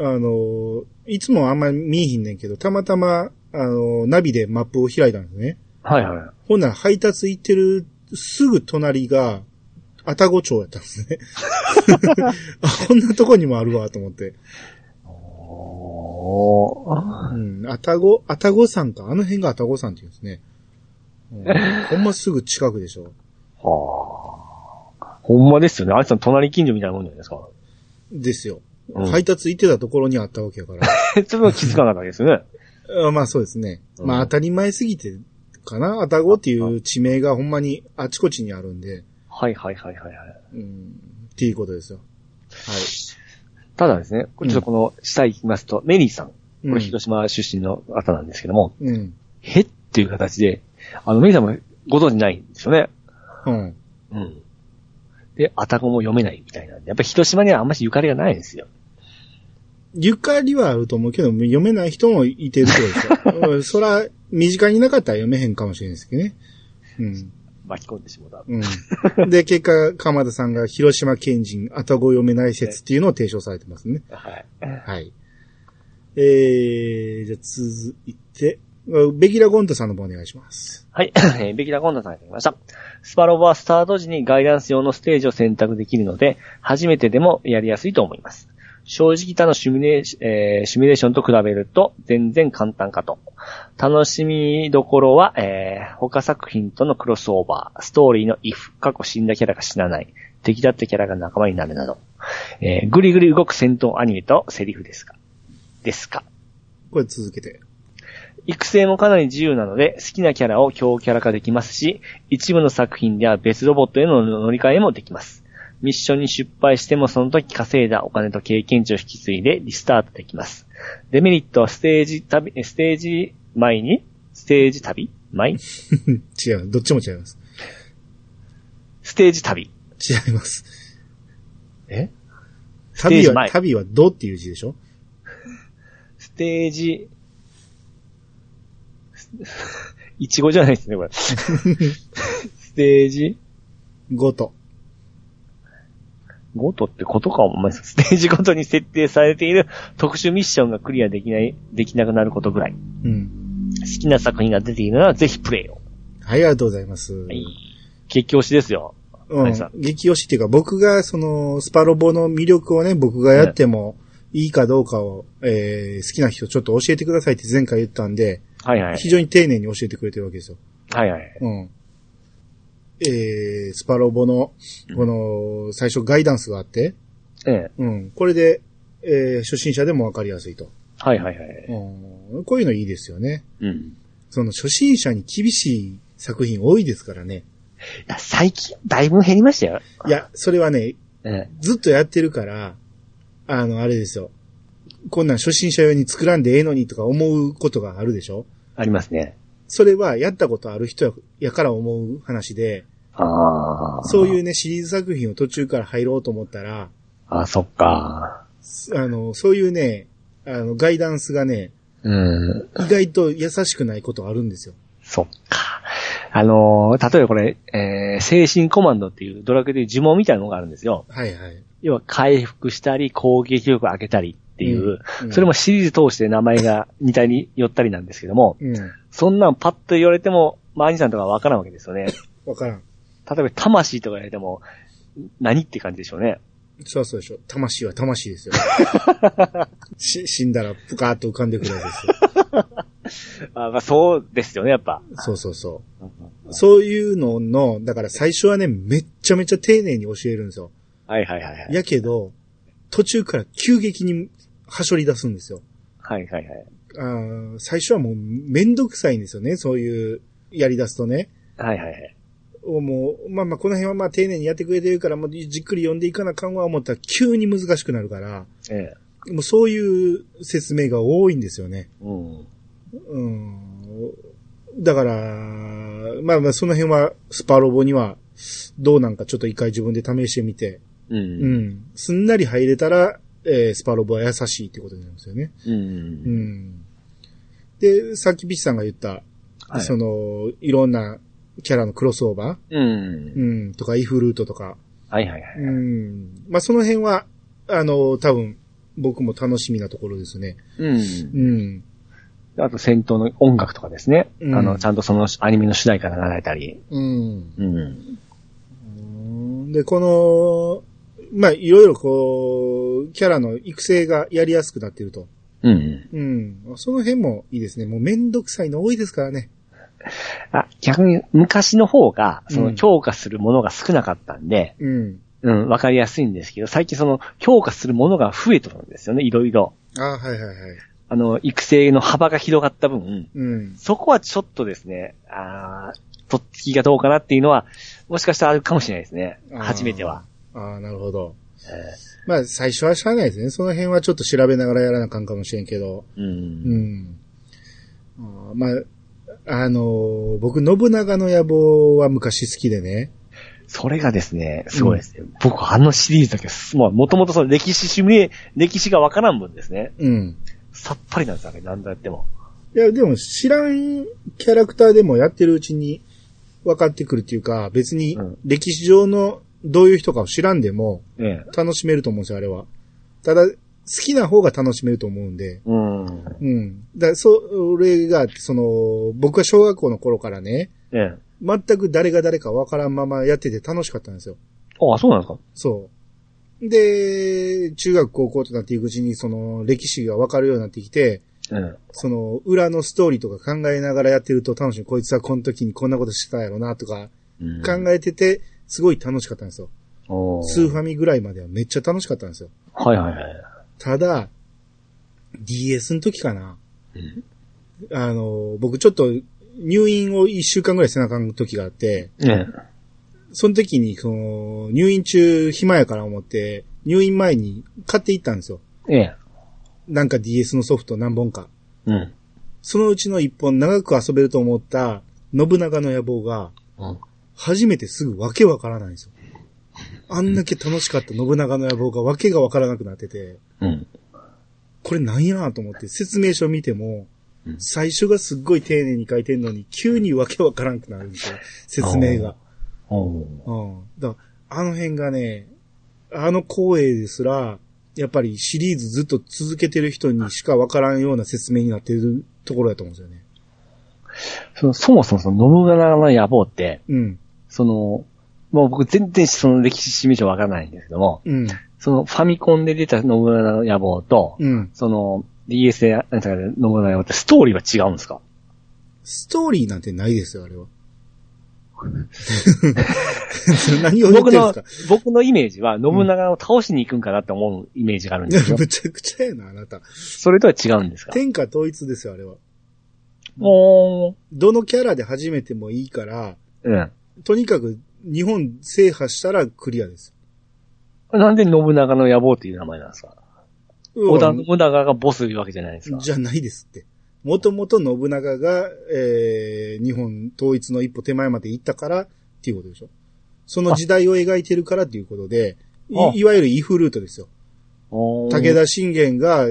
A: あのー、いつもあんま見えひんねんけど、たまたま、あのー、ナビでマップを開いたんですね。
B: はいはい。
A: ほんなら配達行ってるすぐ隣が、愛宕町やったんですね。 あ、こんなとこにもあるわ、と思って。
B: おー
A: うん、愛宕、愛宕山か。あの辺が愛宕山って言うんですね。うん、ほんますぐ近くでしょ。
B: はあ。ほんまですよね。あいつの隣近所みたいなもんじゃないですか。
A: ですよ。
B: うん
A: 配達行ってたところにあったわけやから。
B: ちょっと気づかなかったわけですよね。
A: あまあそうですね。
B: うん
A: まあ当たり前すぎてかな。愛宕っていう地名がほんまにあちこちにあるんで、
B: はいはいはいはいはい。
A: うん、っていうことですよ。はい。
B: ただですね、これちょっとこの下行きますと、メリーさん。こ
A: うん
B: れ広島出身の方なんですけども、
A: うん。
B: へっていう形で、あの、メイさんもご存知ないんですよね。
A: うん。
B: うん。で、アタゴも読めないみたいなんで、やっぱ広島にはあんましゆかりがないんですよ。
A: ゆかりはあると思うけど、読めない人もいてるって ことですようん。そら、身近になかったら読めへんかもしれないですけどね。うん。
B: 巻き込んでしまった。
A: うん。で、結果、鎌田さんが広島県人、あたご読めない説っていうのを提唱されてますね。
B: はい。
A: はい。えー、じゃあ続いて、ベギラ・ゴンタさんの方お願いします。
B: はい。えーベキダコンダさんがいただきました。スパロボはスタート時にガイダンス用のステージを選択できるので、初めてでもやりやすいと思います。正直他のシミュレーシ,、えーシミュレーションと比べると全然簡単かと。楽しみどころは、えー他作品とのクロスオーバー、ストーリーの if、過去死んだキャラが死なない、敵だったキャラが仲間になるなど、えーぐりぐり動く戦闘アニメとセリフですかですか。
A: これ続けて。
B: 育成もかなり自由なので、好きなキャラを強キャラ化できますし、一部の作品では別ロボットへの乗り換えもできます。ミッションに失敗してもその時稼いだお金と経験値を引き継いでリスタートできます。デメリットはステージ旅、えステージ前に、ステージ旅前ス
A: 違う。どっちも違います。
B: テージ旅。
A: 違います。
B: えステー
A: 旅
B: ジ
A: は、
B: 前
A: 旅はどっていう字でしょ
B: ステージ、 いちごじゃないですね、これ。ステージ
A: ごと。
B: ごとってことか、お前。ステージごとに設定されている特殊ミッションがクリアできない、できなくなることぐらい。
A: うん。
B: 好きな作品が出ているなら、ぜひプレイを。
A: はい、ありがとうございます。
B: はい。激推しですよ。
A: う
B: はい
A: ん
B: さ。
A: 激推しっていうか、僕が、その、スパロボの魅力をね、僕がやってもいいかどうかを、えー、好きな人ちょっと教えてくださいって前回言ったんで、
B: はいはい。
A: 非常に丁寧に教えてくれてるわけですよ。
B: はいはい。
A: うん。えー、スパロボの、この、最初ガイダンスがあって、
B: ええ。
A: うん。これで、えー、初心者でもわかりやすいと。
B: はいはいはい。
A: うん。こういうのいいですよね。
B: うん。
A: その、初心者に厳しい作品多いですからね。
B: いや最近、だいぶ減りましたよ。
A: いや、それはね、
B: え
A: ずっとやってるから、あの、あれですよ。こんなん初心者用に作らんでええのにとか思うことがあるでしょ
B: ありますね。
A: それはやったことある人ややから思う話で、
B: ああ。。
A: そういううね、シリーズ作品を途中から入ろうと思ったら、
B: あ、そっか。
A: すあの、そういうね、あの、ガイダンスがね、
B: うん。
A: 意外と優しくないことあるんですよ。
B: そっか。あのー例えばこれ、えー精神コマンドっていうドラクエでいう呪文みたいなのがあるんですよ。
A: はいはい。
B: 要は回復したり、攻撃力上げたりっていう、
A: うん
B: それもシリーズ通して名前が似たりに寄ったりなんですけども、
A: うん。
B: そんなんパッと言われても、マーニさんとかわからんわけですよ ね。
A: わからん。
B: 例えば、魂とか言われても、何って感じでしょうね。
A: そうそうでしょ。魂は魂ですよ。し死んだらぷかーっと浮かんでくるわけですよ。
B: あまあ、そうですよね、やっぱ。
A: そうそうそう。そういうのの、だから最初はね、めっちゃめちゃ丁寧に教えるんですよ。
B: はいはいはいはい。
A: やけど、途中から急激にはしょり出すんですよ。
B: はいはいはい。
A: あー最初はもうめんどくさいんですよね、そういう、やり出すとね。
B: はいはいはい。
A: もう、まあまあ、この辺はまあ丁寧にやってくれてるから、もうじっくり読んでいかなあかんわ思ったら急に難しくなるから、
B: ええ。
A: もうそういう説明が多いんですよね。
B: うん。
A: うん。だから、まあまあ、その辺はスパロボにはどうなんかちょっと一回自分で試してみて、
B: う。
A: うんん。すんなり入れたら、えースパロボは優しいってことになるんですよね。
B: う。
A: うんん。で、さっきピッチさんが言った、
B: はい
A: その、いろんなキャラのクロスオーバ
B: うん
A: ー、。うん、とか、イフルートとか、
B: はいはいはい。
A: うん。まあ、その辺は、あの、多分、僕も楽しみなところですね。
B: うん。
A: うん。
B: あと戦闘の音楽とかですね。
A: うん
B: あの、ちゃんとそのアニメの主題歌が流れたり。
A: うん。
B: うん。
A: で、この、まあ、いろいろこう、キャラの育成がやりやすくなってると。
B: うん。
A: うん。その辺もいいですね。もうめんどくさいの多いですからね。
B: あ、逆に昔の方が、そ
A: うん
B: の強化するものが少なかったんで、
A: うん。
B: うん、わかりやすいんですけど、最近その強化するものが増えてるんですよね、いろいろ。
A: あーはいはいはい。
B: あの、育成の幅が広がった分、
A: うん。
B: そこはちょっとですね、あーとっつきがどうかなっていうのは、もしかしたらあるかもしれないですね。
A: あー
B: 初めては。
A: ああ、なるほど。
B: え
A: まあ、最初はしゃあないですね。その辺はちょっと調べながらやらなあかんかもしれんけど。
B: ーうん
A: うん。あーまあ、あのー僕、信長の野望は昔好きでね。
B: それがですね、すごいですね。僕、あのシリーズだけす、まあ、もともとその歴史シミュレ歴史がわからん分ですね。
A: うん。
B: さっぱりなんですよね、なんだやっても。
A: いや、でも知らんキャラクターでもやってるうちに分かってくるっていうか、別に
B: うん
A: 歴史上のどういう人かを知らんでも
B: ええ。
A: 楽しめると思うんですよ、あれは。ただ、好きな方が楽しめると思うんで。
B: うん。
A: うん。だそれが、その、僕は小学校の頃からね、
B: ええ。
A: 全く誰が誰か分からんままやってて楽しかったんですよ。
B: ああ、そうなんですか
A: そう。で、中学高校となっていくうちに、その、歴史が分かるようになってきて、
B: うん。
A: その、裏のストーリーとか考えながらやってると楽しい。こいつはこの時にこんなことしてたやろな、とか、
B: うん
A: 考えてて、すごい楽しかったんですよ。
B: おー
A: スーファミぐらいまではめっちゃ楽しかったんですよ。
B: はいはいはい。
A: ただ、DS の時かな。
B: うん
A: あの、僕ちょっと入院を一週間ぐらい背中の時があって、
B: ええ。
A: その時に、その、入院中暇やから思って、入院前に買っていったんですよ。
B: ええ。
A: なんか DS のソフト何本か。
B: うん。
A: そのうちの一本長く遊べると思った、信長の野望が、
B: うん
A: 初めてすぐわけわからないんですよ。あんだけ楽しかった信長の野望がわけがわからなくなってて、
B: うん。
A: これなんやなと思って説明書見ても
B: う、ん
A: 最初がすっごい丁寧に書いてんのに、急にわけわからんくなるんですよ。説明が。
B: おー
A: うん。だからあの辺がね、あの光栄ですら、やっぱりシリーズずっと続けてる人にしかわからんような説明になってるところだと思うんですよね。
B: そのそもそもその信長の野望って、
A: うん。
B: その、もう僕全然その歴史史名称わからないんですけども、
A: うん。
B: そのファミコンで出た信長の野望と、
A: うん。
B: その DS で、なんていうか、信長の野望ってストーリーは違うんですか
A: ストーリーなんてないですよ、あ れは。何を言っ
B: 僕
A: てるんですか、
B: の僕のイメージは信長を倒しに行くんかなって思うイメージがあるんですよ。
A: むちゃくちゃやな、あなた。
B: それとは違うんですか
A: 天下統一ですよ、あれは。
B: も
A: どのキャラで始めてもいいから、
B: う、うん。
A: とにかく日本制覇したらクリアです。
B: なんで信長の野望っていう名前なんですか織田
A: うん
B: 信長がボスいうわけじゃないんですか
A: じゃないですって。もともと信長が、えー、日本統一の一歩手前まで行ったからっていうことでしょ。その時代を描いてるからっていうことで、
B: あ
A: いいわゆるイフルートですよ。
B: 武
A: 武。田信玄が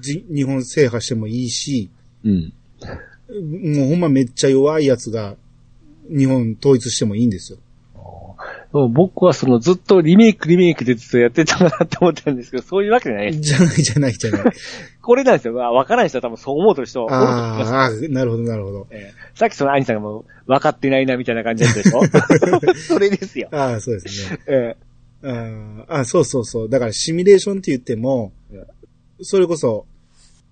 A: じ日本制覇してもいいし、
B: うん。
A: もうほんまめっちゃ弱いやつが日本統一してもいいんですよ。
B: そう僕はそのずっとリメイクリメイクでずっとやってたなって思ったんですけど、そういうわけじゃないです。
A: じゃないじゃないじゃない。
B: これなんですよ。まあわからない人は多分そう思うとる人多いと思います。
A: あーあー、なるほどなるほど。
B: ええさっきその兄さんがもう分かってないなみたいな感じだったでしょ それですよ。
A: ああ、そうですね。
B: ええ
A: あーあ、そうそうそう。だからシミュレーションって言っても
B: うん、
A: それこそ、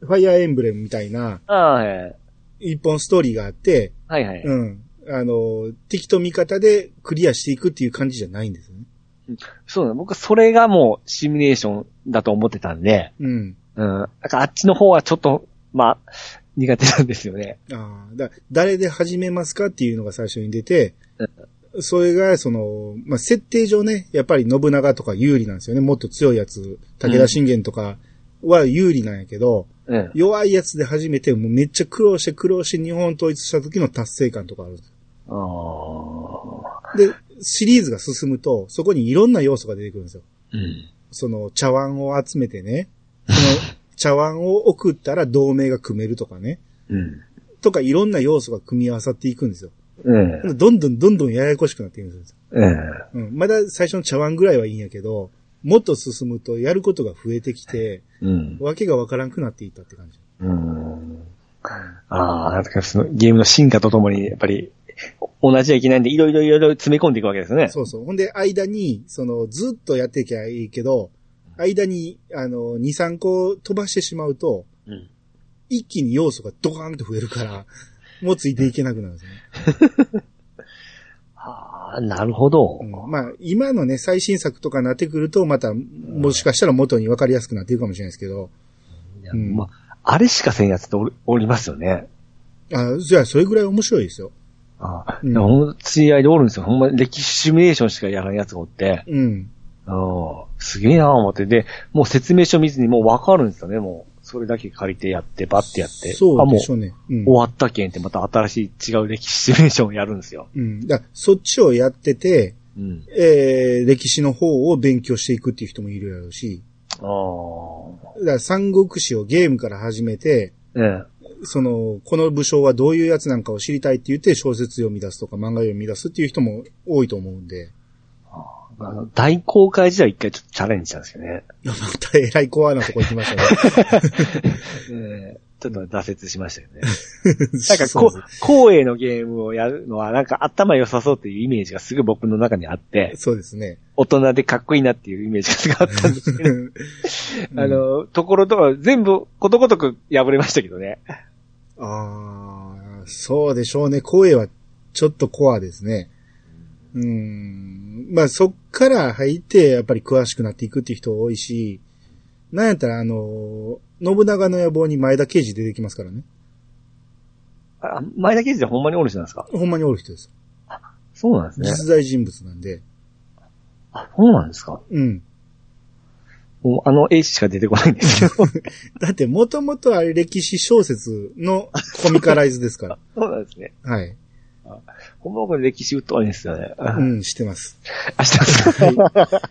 A: ファイアーエンブレムみたいな、
B: ああ、ええ
A: 一本ストーリーがあって、
B: はいはい。
A: うん。あの、敵と味方でクリアしていくっていう感じじゃないんですよね。
B: そうだ、僕それがもうシミュレーションだと思ってたんで、
A: うん。
B: うん。なんかあっちの方はちょっと、まあ、苦手なんですよね。
A: ああ、だ誰で始めますかっていうのが最初に出て、それが、その、まあ、設定上ね、やっぱり信長とか有利なんですよね。もっと強いやつ、武田信玄とかは有利なんやけど、
B: うん。
A: 弱いやつで初めて、もうめっちゃ苦労して苦労して日本統一した時の達成感とかあるんです
B: ああ。
A: よ。で、シリーズが進むと、そこにいろんな要素が出てくるんですよ。
B: うん。
A: その、茶碗を集めてね、その、茶碗を送ったら同盟が組めるとかね、
B: うん。
A: とかいろんな要素が組み合わさっていくんですよ。
B: うん。
A: どんどんどんどんややこしくなっていくんですよ。
B: うん。
A: うん、まだ最初の茶碗ぐらいはいいんやけど、もっと進むとやることが増えてきて、
B: うん。
A: わけがわからんくなっていったって感じ。
B: うん。ああ、なんかそのゲームの進化とともに、やっぱり、お同じはいけないんで、いろいろいろいろ詰め込んでいくわけですね。
A: そうそう。ほんで、間に、その、ずっとやっていきゃいいけど、間に、あの、2、3個飛ばしてしまうと、
B: うん
A: 一気に要素がドカーンと増えるから、もうついていけなくなるんですね。
B: ああ、なるほど。
A: うんまあ、今のね、最新作とかなってくると、また、もしかしたら元に分かりやすくなっているかもしれないですけど、
B: いや
A: うん
B: まあ、あれしかせんやつっておりおりますよね。
A: あじゃあ、それぐらい面白いですよ。
B: ああ、
A: うん
B: でもほんと知り合いでおるんですよ。ほんま歴史シミュレーションしかやらんやつがおって、
A: うん。
B: うん、すげえなぁ思って。で、もう説明書見ずにもうわかるんですよね、もう。それだけ借りてやって、バッてやって。あ、
A: そう
B: も
A: で
B: う
A: しょ
B: 終
A: うね。うん。
B: わったけんってまた新しい違う歴史シミュレーションをやるんですよ。
A: うん。だからそっちをやってて、
B: うん。
A: えー、歴史の方を勉強していくっていう人もいるやろうし、
B: ああ。
A: だから三国志をゲームから始めて、
B: ええ。
A: その、この武将はどういうやつなんかを知りたいって言って小説読み出すとか漫画読み出すっていう人も多いと思うんで、
B: あの、大航海時代一回ちょっとチャレンジしたんですよね。
A: いやまたえらい怖いなとこ行きましたね。
B: ええちょっと挫折しましたよ ね。
A: な
B: なんかこ、光栄のゲームをやるのはなんか頭良さそうっていうイメージがすぐ僕の中にあって、
A: そうですね。
B: 大人でかっこいいなっていうイメージがすごいあったんですけど、あの、ところどころ全部ことごとく破れましたけどね。
A: ああ、そうでしょうね。声はちょっとコアですね。うーん。まあそっから入って、やっぱり詳しくなっていくっていう人多いし、なんやったらあの、信長の野望に前田刑事出てきますからね。
B: あ前田刑事でほんまにおる人なんですか
A: ほんまにおる人です。
B: そうなんですね。
A: 実在人物なんで。
B: あ、そうなんですか
A: うん。
B: もうあの絵しか出てこないん ですけど。
A: だってもともとあれ歴史小説のコミカライズですから。
B: そうなんですね。
A: はい。
B: あ
A: ほんまはこれ歴史疎いんですよね。
B: うん、してます。
A: あ、してます。